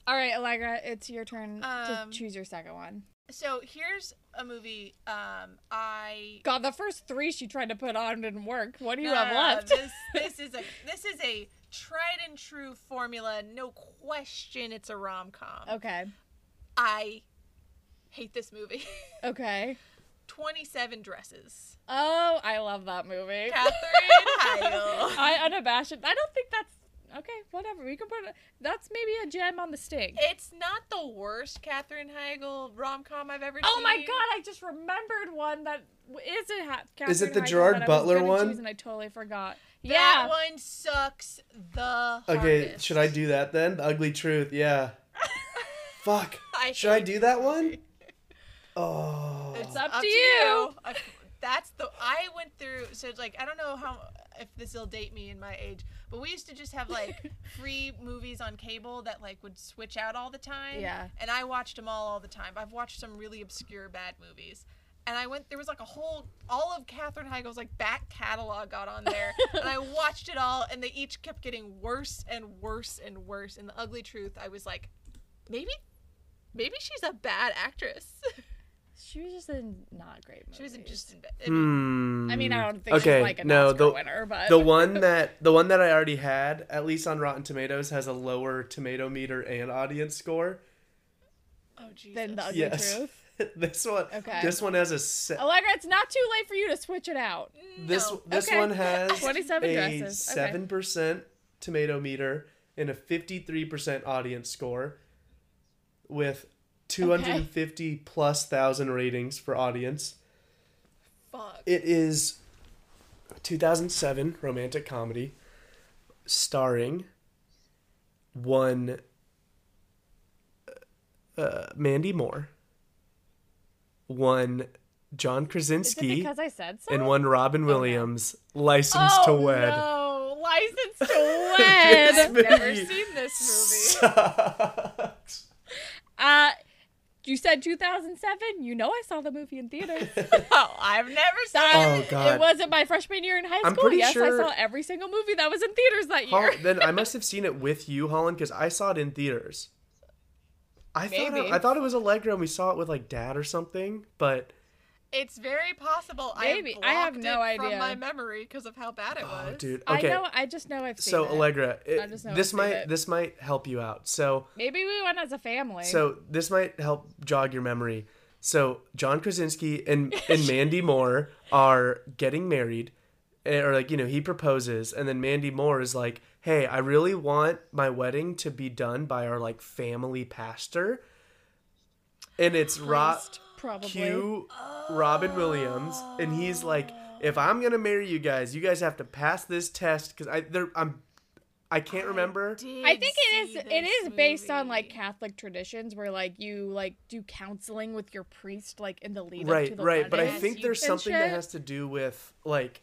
Speaker 2: All right, Allegra, it's your turn
Speaker 3: Um,
Speaker 2: to choose your second one.
Speaker 3: So here's a movie um, I
Speaker 2: God, the first three she tried to put on didn't work. What do you
Speaker 3: No,
Speaker 2: have
Speaker 3: no, no,
Speaker 2: left?
Speaker 3: This, this is a this is a tried and true formula. No question, it's a rom com.
Speaker 2: okay.
Speaker 3: I hate this movie.
Speaker 2: Okay.
Speaker 3: Twenty Seven Dresses.
Speaker 2: Oh, I love that movie.
Speaker 3: Catherine Heigl.
Speaker 2: I unabashed. I don't think that's okay. Whatever. We can put it. That's maybe a gem on the sting.
Speaker 3: It's not the worst Catherine Heigl rom com I've ever
Speaker 2: Oh
Speaker 3: seen.
Speaker 2: my god! I just remembered one that w- is a ha-
Speaker 4: Is it
Speaker 2: Catherine
Speaker 4: the
Speaker 2: Heigl
Speaker 4: Gerard
Speaker 2: that I was
Speaker 4: Butler
Speaker 2: gonna
Speaker 4: one?
Speaker 2: choose and I totally forgot.
Speaker 3: That
Speaker 2: yeah.
Speaker 3: one sucks the
Speaker 4: Okay,
Speaker 3: hardest.
Speaker 4: should I do that then? The ugly truth, yeah. Fuck.
Speaker 3: I
Speaker 4: Should I
Speaker 3: hate
Speaker 4: do that one? Oh.
Speaker 3: It's
Speaker 2: up to you.
Speaker 3: I- That's the I went through. So it's like I don't know how if this will date me in my age, but we used to just have like free movies on cable that like would switch out all the time.
Speaker 2: Yeah.
Speaker 3: And I watched them all all the time. I've watched some really obscure bad movies. And I went. There was like a whole, all of Katherine Heigl's like back catalog got on there, and I watched it all. And they each kept getting worse and worse and worse. And the ugly truth, I was like, maybe, maybe she's a bad actress.
Speaker 2: She was just in not great. Movies.
Speaker 3: She was just in bed.
Speaker 4: Hmm.
Speaker 2: I mean, I don't think
Speaker 4: Okay,
Speaker 2: she's like an
Speaker 4: no,
Speaker 2: Oscar
Speaker 4: the-
Speaker 2: winner, but
Speaker 4: the one that the one that I already had, at least on Rotten Tomatoes, has a lower tomato meter and audience score.
Speaker 3: Oh Jesus.
Speaker 2: than the ugly
Speaker 4: yes.
Speaker 2: truth.
Speaker 4: this one.
Speaker 2: Okay.
Speaker 4: This one has a. Se-
Speaker 2: Allegra, it's not too late for you to switch it out.
Speaker 4: This
Speaker 3: No.
Speaker 4: this
Speaker 2: Okay.
Speaker 4: one has
Speaker 2: 27
Speaker 4: a
Speaker 2: dresses. Okay.
Speaker 4: seven percent tomato meter and a fifty three percent audience score, with two hundred and fifty plus thousand ratings for audience.
Speaker 3: Fuck.
Speaker 4: It is two thousand seven romantic comedy, starring one uh, Mandy Moore, one John
Speaker 2: Is
Speaker 4: Krasinski
Speaker 2: it because I said so? Oh,
Speaker 4: and one Robin Williams, License to Wed.
Speaker 2: No, license to
Speaker 4: This
Speaker 2: wed.
Speaker 4: movie
Speaker 3: Never seen this
Speaker 4: sucks.
Speaker 2: uh, you said 2007. You know I saw the movie in theaters.
Speaker 3: movie. oh, I've never seen
Speaker 2: That-
Speaker 4: Oh, God.
Speaker 2: It wasn't my freshman year in high
Speaker 4: I'm
Speaker 2: school.
Speaker 4: pretty
Speaker 2: yes,
Speaker 4: sure-
Speaker 2: I saw every single movie that was in theaters that year.
Speaker 4: Hol- then I must have seen it with you, Holland, because I saw it in theaters. I thought
Speaker 3: Maybe.
Speaker 4: it, I thought it was Allegra, and we saw it with like Dad or something. But
Speaker 3: It's very possible.
Speaker 2: Maybe.
Speaker 3: I,
Speaker 2: I have
Speaker 3: blocked
Speaker 2: no
Speaker 3: it
Speaker 2: idea.
Speaker 3: From my memory because of how bad it
Speaker 4: oh,
Speaker 3: was.
Speaker 4: dude,
Speaker 2: I
Speaker 4: okay.
Speaker 2: know. I just know I've seen
Speaker 4: So
Speaker 2: it.
Speaker 4: Allegra, it-
Speaker 2: I just know
Speaker 4: this
Speaker 2: I've seen
Speaker 4: might
Speaker 2: it.
Speaker 4: this might help you out. So
Speaker 2: Maybe we went as a family.
Speaker 4: so this might help jog your memory. So John Krasinski and and Mandy Moore are getting married, eh, or like you know he proposes, and then Mandy Moore is like, "Hey, I really want my wedding to be done by our like family pastor," and it's Rob
Speaker 2: probably.
Speaker 4: uh, Q Robin Williams, and he's like, "If I'm gonna marry you guys, you guys have to pass this test because I there I'm." I can't remember.
Speaker 2: I think it is. It is based on like Catholic traditions, where like you like do counseling with your priest, like in the lead up to
Speaker 4: right
Speaker 2: the
Speaker 4: right but i
Speaker 2: wedding.
Speaker 4: think
Speaker 3: you
Speaker 4: there's
Speaker 2: can
Speaker 4: something that
Speaker 2: shit.
Speaker 4: has to do with like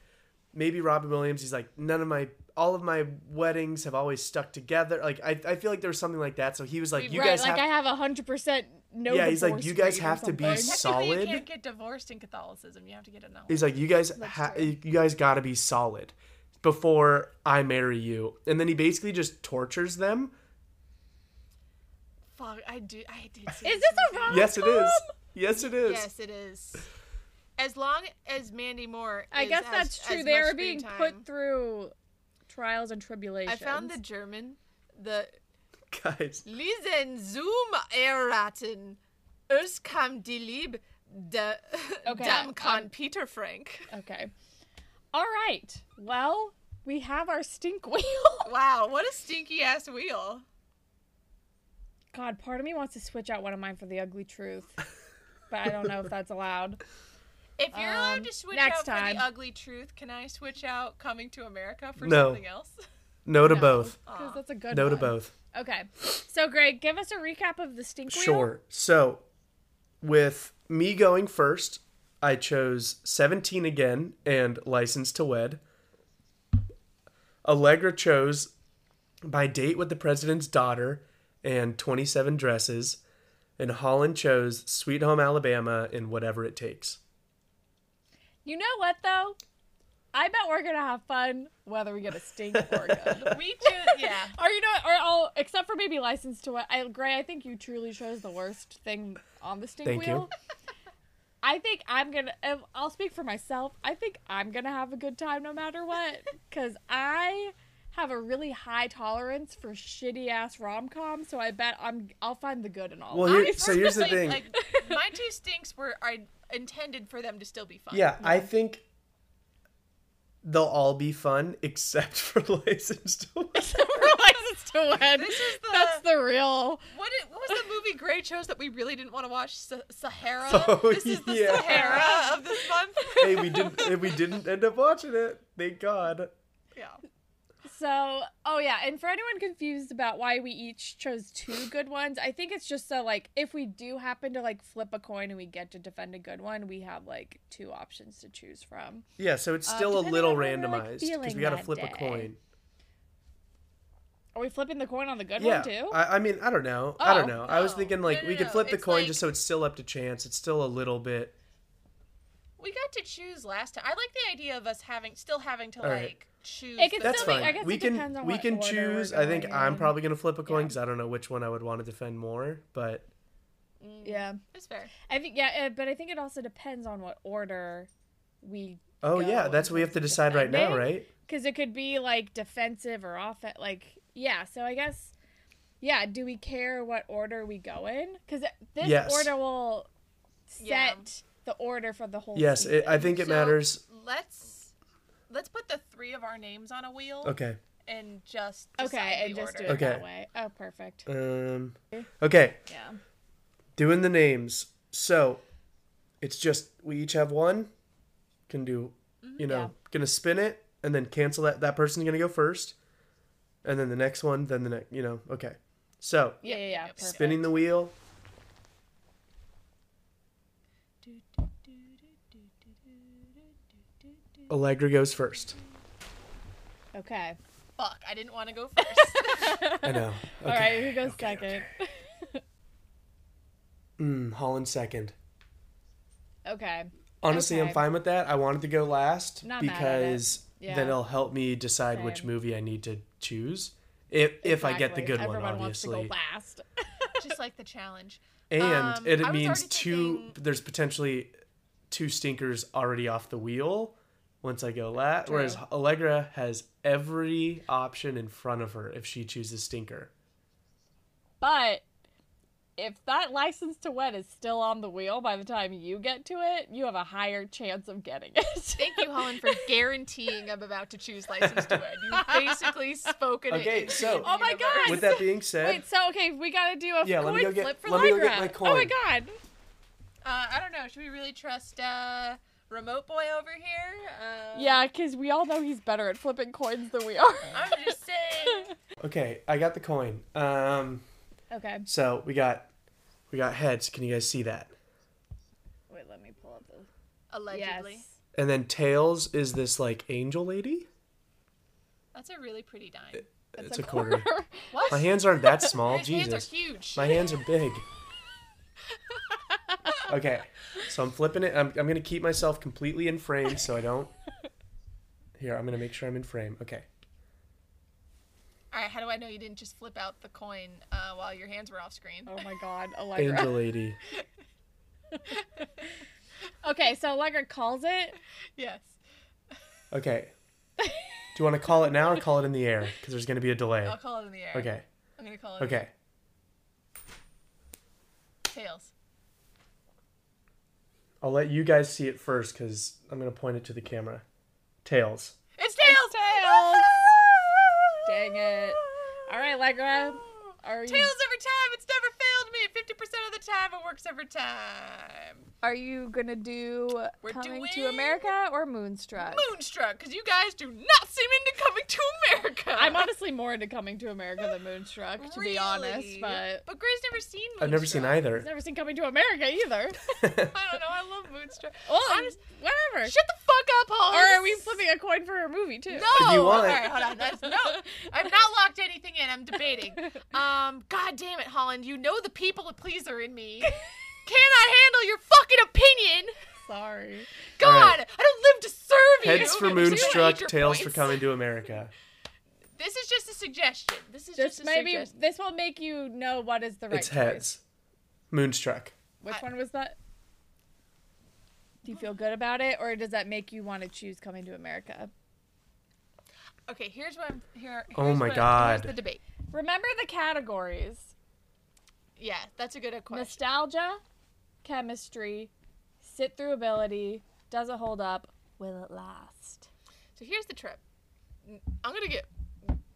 Speaker 4: maybe robin williams he's like none of my all of my weddings have always stuck together like i, I feel like there was something like that so he was like you
Speaker 2: right,
Speaker 4: guys
Speaker 2: like
Speaker 4: have
Speaker 2: I have a hundred percent no.
Speaker 4: Yeah, he's like,
Speaker 2: divorce
Speaker 4: "You guys
Speaker 2: rate or
Speaker 4: have to be
Speaker 2: something."
Speaker 4: s-
Speaker 3: You
Speaker 4: solid.
Speaker 3: can't get divorced in Catholicism. You have to get annulled.
Speaker 4: he's like you guys ha-
Speaker 2: true.
Speaker 4: you guys gotta be solid before i marry you and then he basically just tortures them
Speaker 3: Fuck. I do. I did. See
Speaker 2: Is this a
Speaker 3: movie.
Speaker 2: rom?
Speaker 4: yes it is yes it is
Speaker 3: Yes, it is. As long as Mandy Moore.
Speaker 2: I
Speaker 3: is
Speaker 2: guess
Speaker 3: as-
Speaker 2: that's true.
Speaker 3: as
Speaker 2: They
Speaker 3: much
Speaker 2: are
Speaker 3: screen
Speaker 2: being
Speaker 3: time-
Speaker 2: put through trials and
Speaker 3: I
Speaker 2: tribulations.
Speaker 3: found the German. The
Speaker 4: guys
Speaker 3: Lesen zum erraten. Es kam die Liebe de
Speaker 2: Okay,
Speaker 3: dem
Speaker 2: um,
Speaker 3: kann Peter Frank.
Speaker 2: Okay. All right. Well, we have our stink wheel.
Speaker 3: Wow, what a stinky ass wheel.
Speaker 2: God, part of me wants to switch out one of mine for the ugly truth, but I don't know if that's allowed.
Speaker 3: If you're
Speaker 2: Um,
Speaker 3: allowed to switch
Speaker 2: next
Speaker 3: out
Speaker 2: time.
Speaker 3: for the ugly truth, can I switch out coming to America for
Speaker 4: No.
Speaker 3: something else?
Speaker 4: no to
Speaker 2: No,
Speaker 4: both
Speaker 2: 'cause that's a good
Speaker 4: no to
Speaker 2: one.
Speaker 4: both
Speaker 2: Okay. So, Greg, give us a recap of the stink wheel.
Speaker 4: Sure. So, with me going first, I chose 17 again and License to Wed. Allegra chose By date with the president's daughter and 27 dresses, and Holland chose Sweet Home Alabama and Whatever It Takes.
Speaker 2: You know what though? I bet we're gonna have fun whether we get a stink or good.
Speaker 3: We do, yeah.
Speaker 2: Or you know, what, or all except for maybe license to what? I, Gray, I think you truly chose the worst thing on the stink
Speaker 4: Thank
Speaker 2: wheel.
Speaker 4: you.
Speaker 2: I think I'm gonna. if- I'll speak for myself. I think I'm gonna have a good time no matter what, because I have a really high tolerance for shitty ass rom coms. So I bet I'm. I'll find the good in all.
Speaker 4: Well,
Speaker 2: of
Speaker 4: here,
Speaker 2: it.
Speaker 4: so here's the
Speaker 3: Like-
Speaker 4: thing.
Speaker 3: Like my two stinks were are intended for them to still be fun.
Speaker 4: Yeah, I think they'll all be fun except for License to Win.
Speaker 2: License to win.
Speaker 3: This is the-
Speaker 2: That's the real.
Speaker 3: What, i- what was the movie Gray chose that we really didn't want to watch? Sa- Sahara.
Speaker 4: Oh,
Speaker 3: this is the
Speaker 4: yeah.
Speaker 3: Sahara of this month.
Speaker 4: hey, we didn't. hey, We didn't end up watching it. Thank God.
Speaker 3: yeah.
Speaker 2: So, oh yeah, and for anyone confused about why we each chose two good ones, I think it's just so like if we do happen to like flip a coin and we get to defend a good one, we have like two options to choose from.
Speaker 4: Yeah, so it's still a
Speaker 2: Uh, depending
Speaker 4: little
Speaker 2: on how we're, like,
Speaker 4: randomized because
Speaker 2: feeling
Speaker 4: we got to
Speaker 2: that
Speaker 4: flip
Speaker 2: day.
Speaker 4: a coin.
Speaker 2: Are we flipping the coin on the good
Speaker 4: Yeah,
Speaker 2: one too?
Speaker 4: I, I mean, I don't know. I
Speaker 2: Oh,
Speaker 4: don't know. I was
Speaker 3: no.
Speaker 4: thinking like
Speaker 3: No, no,
Speaker 4: we could
Speaker 3: no.
Speaker 4: flip the
Speaker 3: It's
Speaker 4: coin
Speaker 3: like-
Speaker 4: just so it's still up to chance. It's still a little bit.
Speaker 3: We got to choose last time. I like the idea of us having still having to
Speaker 4: All right.
Speaker 3: like choose.
Speaker 2: It can
Speaker 3: the-
Speaker 4: That's
Speaker 2: still be-
Speaker 4: fine.
Speaker 2: I guess
Speaker 4: we
Speaker 2: it
Speaker 4: can
Speaker 2: depends on
Speaker 4: we
Speaker 2: what
Speaker 4: can
Speaker 2: order
Speaker 4: choose.
Speaker 2: we're
Speaker 4: I think
Speaker 2: going
Speaker 4: I'm
Speaker 2: in.
Speaker 4: probably gonna flip a coin
Speaker 2: Yeah.
Speaker 4: because I don't know which one I would want to defend more. But
Speaker 2: yeah,
Speaker 3: That's fair.
Speaker 2: I think yeah, uh, but I think it also depends on what order we
Speaker 4: oh
Speaker 2: Go
Speaker 4: yeah,
Speaker 2: on,
Speaker 4: that's what we have to decide right now,
Speaker 2: defending.
Speaker 4: right?
Speaker 2: because it could be like defensive or off like yeah so i guess yeah do we care what order we go in because this
Speaker 4: Yes.
Speaker 2: order will set
Speaker 3: Yeah.
Speaker 2: the order for the whole
Speaker 4: Yes, it, I think it
Speaker 3: So,
Speaker 4: matters.
Speaker 3: Let's let's put the three of our names on a wheel
Speaker 4: Okay.
Speaker 3: and just
Speaker 2: season. okay
Speaker 3: decide
Speaker 2: and
Speaker 3: the
Speaker 2: just do it
Speaker 3: order.
Speaker 4: Okay.
Speaker 2: that way oh perfect
Speaker 4: Um. Okay.
Speaker 2: yeah
Speaker 4: Doing the names. So it's just we each have one. Can do you know,
Speaker 2: Yeah.
Speaker 4: gonna spin it and then cancel that that person's gonna go first. And then the next one, then the next you know, okay. So
Speaker 2: yeah yeah yeah perfect.
Speaker 4: spinning the wheel. Allegra goes first.
Speaker 2: okay
Speaker 3: Fuck, I didn't want to go first.
Speaker 4: I know. Okay.
Speaker 2: all right who goes second
Speaker 4: Mm, Holland second.
Speaker 2: okay.
Speaker 4: Honestly, I'm
Speaker 2: Okay.
Speaker 4: fine with that. I wanted to go last
Speaker 2: Not mad at it.
Speaker 4: because
Speaker 2: Yeah.
Speaker 4: then it'll help me decide which
Speaker 2: Same.
Speaker 4: movie I need to choose. If if I get the
Speaker 2: Exactly.
Speaker 4: good
Speaker 2: Everyone
Speaker 4: one,
Speaker 2: wants to
Speaker 4: obviously.
Speaker 2: go last
Speaker 3: just like the challenge.
Speaker 4: And
Speaker 3: Um,
Speaker 4: it,
Speaker 3: I was
Speaker 4: means
Speaker 3: already
Speaker 4: two.
Speaker 3: thinking-
Speaker 4: There's potentially two stinkers already off the wheel once I go lat. Whereas
Speaker 2: True.
Speaker 4: Allegra has every option in front of her if she chooses stinker.
Speaker 2: But if that license to wed is still on the wheel by the time you get to it, you have a higher chance of getting it.
Speaker 3: Thank you, Holland, for guaranteeing I'm about to choose license to it. You've basically spoken it.
Speaker 4: Okay,
Speaker 3: into
Speaker 4: so-
Speaker 3: the
Speaker 2: Oh my
Speaker 3: universe.
Speaker 2: God.
Speaker 4: With that being said,
Speaker 2: Wait, so okay, we gotta do a
Speaker 4: Yeah, let
Speaker 2: coin
Speaker 4: me go get-
Speaker 2: flip for
Speaker 4: let me go get
Speaker 2: Lygra.
Speaker 4: my
Speaker 2: Oh my
Speaker 4: coin.
Speaker 2: god.
Speaker 3: Uh, I don't know. Should we really trust uh, Remote Boy over here? Uh,
Speaker 2: Yeah, because we all know he's better at flipping coins than we are.
Speaker 3: I'm just saying.
Speaker 4: okay, I got the coin. Um,
Speaker 2: okay.
Speaker 4: so we got we got heads. Can you guys see that?
Speaker 2: Wait, let me pull up the
Speaker 3: Allegedly.
Speaker 2: Yes.
Speaker 4: And then tails is this like angel lady.
Speaker 3: That's a really pretty dime.
Speaker 4: It's, a, quarter.
Speaker 2: Oh
Speaker 3: What?
Speaker 4: My hands aren't that small.
Speaker 3: His hands
Speaker 4: Oh, Jesus.
Speaker 3: are huge.
Speaker 4: My hands are big. okay, so I'm flipping it. I'm, I'm gonna keep myself completely in frame so I don't. Here, I'm gonna make sure I'm in frame. Okay.
Speaker 3: All right, how do I know you didn't just flip out the coin uh, while your hands were off screen?
Speaker 2: Oh my god, Allegra.
Speaker 4: Angel lady.
Speaker 2: Okay, so Allegra calls it.
Speaker 3: Yes.
Speaker 4: Okay. Do you want to call it now or call it in the air? Because there's gonna be a delay.
Speaker 3: I'll call it in the air.
Speaker 4: Okay.
Speaker 3: I'm going to call it in the
Speaker 4: Okay.
Speaker 3: air. tails.
Speaker 4: I'll let you guys see it first because I'm gonna point it to the camera. Tails.
Speaker 3: It's tails!
Speaker 2: Tails! Dang it. Alright, Allegra. Are you
Speaker 3: Tails every time. It's never failed me. Fifty percent of the time, it works every time.
Speaker 2: Are you gonna do
Speaker 3: We're
Speaker 2: Coming to
Speaker 3: doing-
Speaker 2: America or Moonstruck?
Speaker 3: Moonstruck, because you guys do not seem into coming to America.
Speaker 2: I'm honestly more into Coming to America than Moonstruck, to be honest.
Speaker 3: Really?
Speaker 2: But
Speaker 3: but Gray's never seen. Moonstruck.
Speaker 4: I've never seen
Speaker 2: I've
Speaker 4: either.
Speaker 2: never seen Coming to America either.
Speaker 3: I don't know. I love Moonstruck.
Speaker 2: well,
Speaker 3: Honest-
Speaker 2: whatever.
Speaker 3: Shut the fuck up,
Speaker 2: or
Speaker 3: Holly.
Speaker 2: are we flipping tossing a coin for her movie too.
Speaker 3: No.
Speaker 4: you want
Speaker 3: All
Speaker 4: it.
Speaker 3: right, hold on. That's, no, I've not locked anything in. I'm debating. Um, God damn it, Holland. You know the people pleaser in me. Cannot handle your fucking opinion.
Speaker 2: Sorry.
Speaker 3: God, I don't live to serve you.
Speaker 4: Heads for
Speaker 3: You hate
Speaker 4: Moonstruck,
Speaker 3: your
Speaker 4: tails for
Speaker 3: points.
Speaker 4: Coming to America.
Speaker 3: This is just a suggestion. This is
Speaker 2: This
Speaker 3: just a
Speaker 2: maybe
Speaker 3: suggestion.
Speaker 2: this will make you know what is the right
Speaker 4: it's
Speaker 2: choice.
Speaker 4: heads. Moonstruck.
Speaker 2: Which one was that? Do you feel good about it, or does that make you want to choose coming to America?
Speaker 3: Okay, here's what I'm here.
Speaker 4: Oh
Speaker 3: here's
Speaker 4: my
Speaker 3: what-
Speaker 4: God.
Speaker 3: Here's the debate.
Speaker 2: Remember the categories:
Speaker 3: Yeah, that's a good question.
Speaker 2: nostalgia, chemistry, sit through ability, does it hold up, will it last?
Speaker 3: So here's the trip. I'm gonna get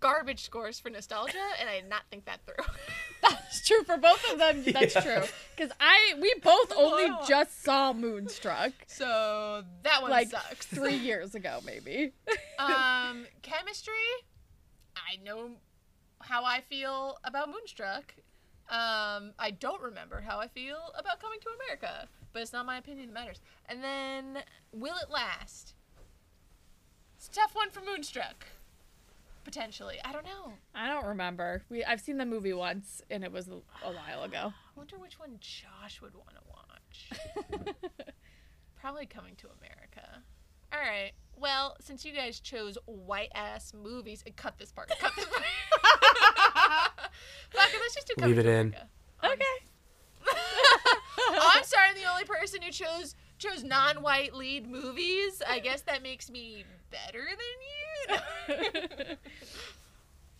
Speaker 3: garbage scores for nostalgia, and I did not think that through.
Speaker 2: That's true for both of them. That's
Speaker 4: Yeah.
Speaker 2: true because I we both only
Speaker 3: Wow.
Speaker 2: just saw Moonstruck
Speaker 3: so that one
Speaker 2: like
Speaker 3: sucks.
Speaker 2: three years ago, maybe.
Speaker 3: um, chemistry. I know how I feel about Moonstruck. Um, I don't remember how I feel about Coming to America, but it's not my opinion that matters. And then, will it last? It's a tough one for Moonstruck. Potentially, I don't know.
Speaker 2: I don't remember. We I've seen the movie once, and it was a a while ago.
Speaker 3: I wonder which one Josh would want to watch. Probably Coming to America. All right. Well, since you guys chose white ass movies, and cut this part. Cut this part. Fuck it, let's just do Coming
Speaker 4: Leave it
Speaker 3: to
Speaker 4: in.
Speaker 3: America.
Speaker 2: Um, Okay.
Speaker 3: Oh, I'm sorry, I'm the only person who chose chose non-white lead movies. I guess that makes me better than you.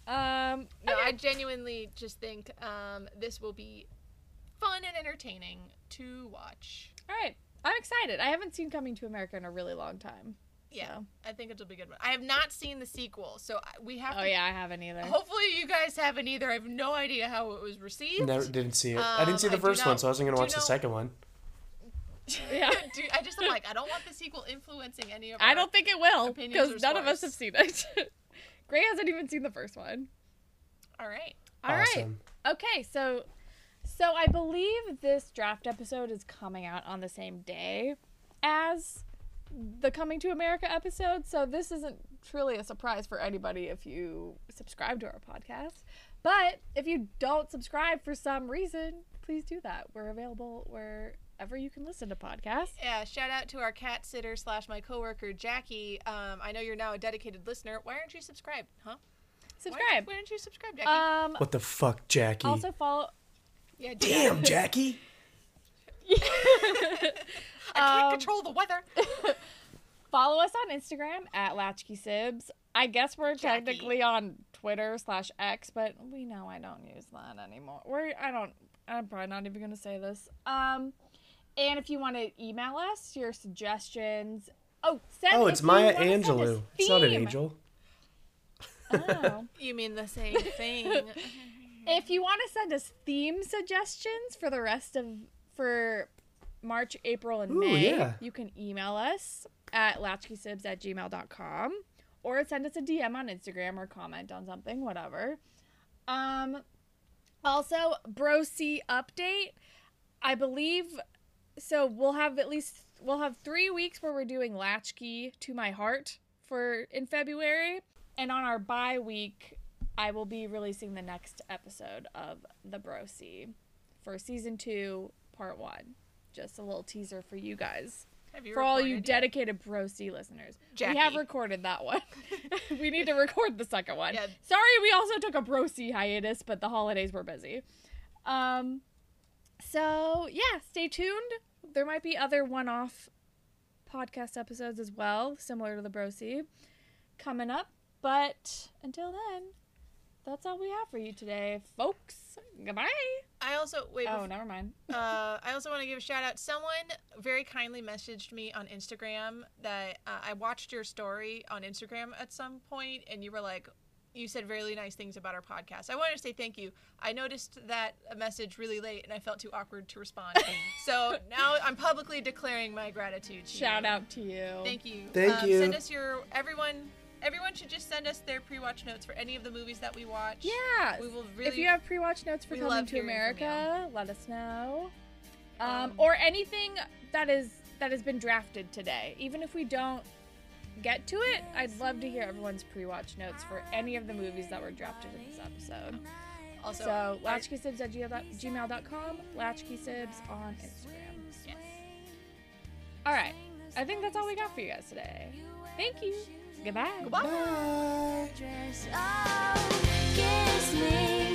Speaker 2: Um,
Speaker 3: No, I genuinely just think um, this will be fun and entertaining to watch.
Speaker 2: all right. I'm excited. I haven't seen Coming to America in a really long time.
Speaker 3: Yeah,
Speaker 2: So-
Speaker 3: I think it'll be a good one. I have not seen the sequel, so I- we have
Speaker 2: Oh
Speaker 3: to.
Speaker 2: yeah, I haven't either.
Speaker 3: Hopefully, you guys haven't either. I have no idea how it was received.
Speaker 4: Never didn't see it. I
Speaker 3: Um,
Speaker 4: didn't see
Speaker 3: I
Speaker 4: the
Speaker 3: do
Speaker 4: first one,
Speaker 3: not-
Speaker 4: so I wasn't gonna
Speaker 3: do
Speaker 4: watch the
Speaker 3: not-
Speaker 4: second one.
Speaker 2: Yeah.
Speaker 3: Dude, I just am like, I don't want the sequel influencing any of.
Speaker 2: I
Speaker 3: our-
Speaker 2: don't think it will
Speaker 3: Opinions
Speaker 2: because
Speaker 3: are
Speaker 2: none of us have
Speaker 3: sparse.
Speaker 2: seen it. Gray hasn't even seen the first one.
Speaker 3: All right.
Speaker 2: All right.
Speaker 4: awesome.
Speaker 2: Okay, so so I believe this draft episode is coming out on the same day as the Coming to America episode, so this isn't truly a surprise for anybody if you subscribe to our podcast. But if you don't subscribe for some reason, please do that. We're available wherever you can listen to podcasts.
Speaker 3: Yeah. Shout out to our cat sitter slash my coworker Jackie. Um, I know you're now a dedicated listener. Why aren't you subscribed? Huh? Why aren't-
Speaker 2: Subscribe.
Speaker 3: Why aren't you subscribed, Jackie?
Speaker 2: Um
Speaker 4: What the fuck, Jackie?
Speaker 2: also follow
Speaker 3: yeah. Jackie.
Speaker 4: Damn, Jackie.
Speaker 3: I
Speaker 2: Um,
Speaker 3: can't control the weather.
Speaker 2: follow us on Instagram at Latchkey Sibs. I guess we're
Speaker 3: Jackie.
Speaker 2: technically on Twitter slash X, but we know I don't use that anymore. We're I don't I'm probably not even gonna say this. Um and if you want to email us your suggestions. Oh, send
Speaker 4: Oh,
Speaker 2: if
Speaker 4: it's
Speaker 2: you
Speaker 4: Maya
Speaker 2: wanna send us
Speaker 4: Angelou. It's not an
Speaker 2: theme.
Speaker 4: angel.
Speaker 2: Oh.
Speaker 3: You mean the same thing?
Speaker 2: if you want to send us theme suggestions for the rest of for March, April, and
Speaker 4: Ooh,
Speaker 2: May,
Speaker 4: yeah.
Speaker 2: you can email us at latchkeysibs at gmail.com or send us a DM on Instagram or comment on something, whatever. Um also Bro C update. I believe so we'll have at least we'll have three weeks where we're doing Latchkey to My Heart for in February. And on our bye week, I will be releasing the next episode of The Bro C for season two, part one. Just a little teaser for you guys.
Speaker 3: Have you
Speaker 2: For all you
Speaker 3: recorded yet?
Speaker 2: dedicated Bro C listeners. We have
Speaker 3: Jackie.
Speaker 2: recorded that one. we need to record the second one.
Speaker 3: Yeah.
Speaker 2: Sorry, we also took a Bro C hiatus, but the holidays were busy. Um, so yeah, stay tuned. There might be other one-off podcast episodes as well, similar to the Brosy, coming up. But until then, that's all we have for you today, folks. Goodbye.
Speaker 3: I also wait.
Speaker 2: Oh,
Speaker 3: before-
Speaker 2: never mind.
Speaker 3: uh, I also want to give a shout out. Someone very kindly messaged me on Instagram that uh, I watched your story on Instagram at some point, and you were like, you said really nice things about our podcast. I wanted to say thank you. I noticed that message really late, and I felt too awkward to respond. so now I'm publicly declaring my gratitude. To
Speaker 2: Shout
Speaker 3: you.
Speaker 2: out to you.
Speaker 3: Thank you.
Speaker 4: Thank
Speaker 3: um,
Speaker 4: you.
Speaker 3: Send us your everyone. Everyone should just send us their pre-watch notes for any of the movies that we watch.
Speaker 2: Yeah.
Speaker 3: We will really.
Speaker 2: if you have pre-watch notes for
Speaker 3: we
Speaker 2: coming
Speaker 3: love
Speaker 2: to
Speaker 3: hearing from
Speaker 2: America, let us know. Um,
Speaker 3: Um,
Speaker 2: or anything that is that has been drafted today. Even if we don't get to it, I'd love to hear everyone's pre-watch notes for any of the movies that were drafted in this episode.
Speaker 3: Also,
Speaker 2: So
Speaker 3: I-
Speaker 2: latchkeysibs at gmail.com, latchkeysibs on Instagram.
Speaker 3: yes.
Speaker 2: All right, I think that's all we got for you guys today. Thank you. Goodbye.
Speaker 3: Goodbye.
Speaker 5: dress. Oh, kiss me.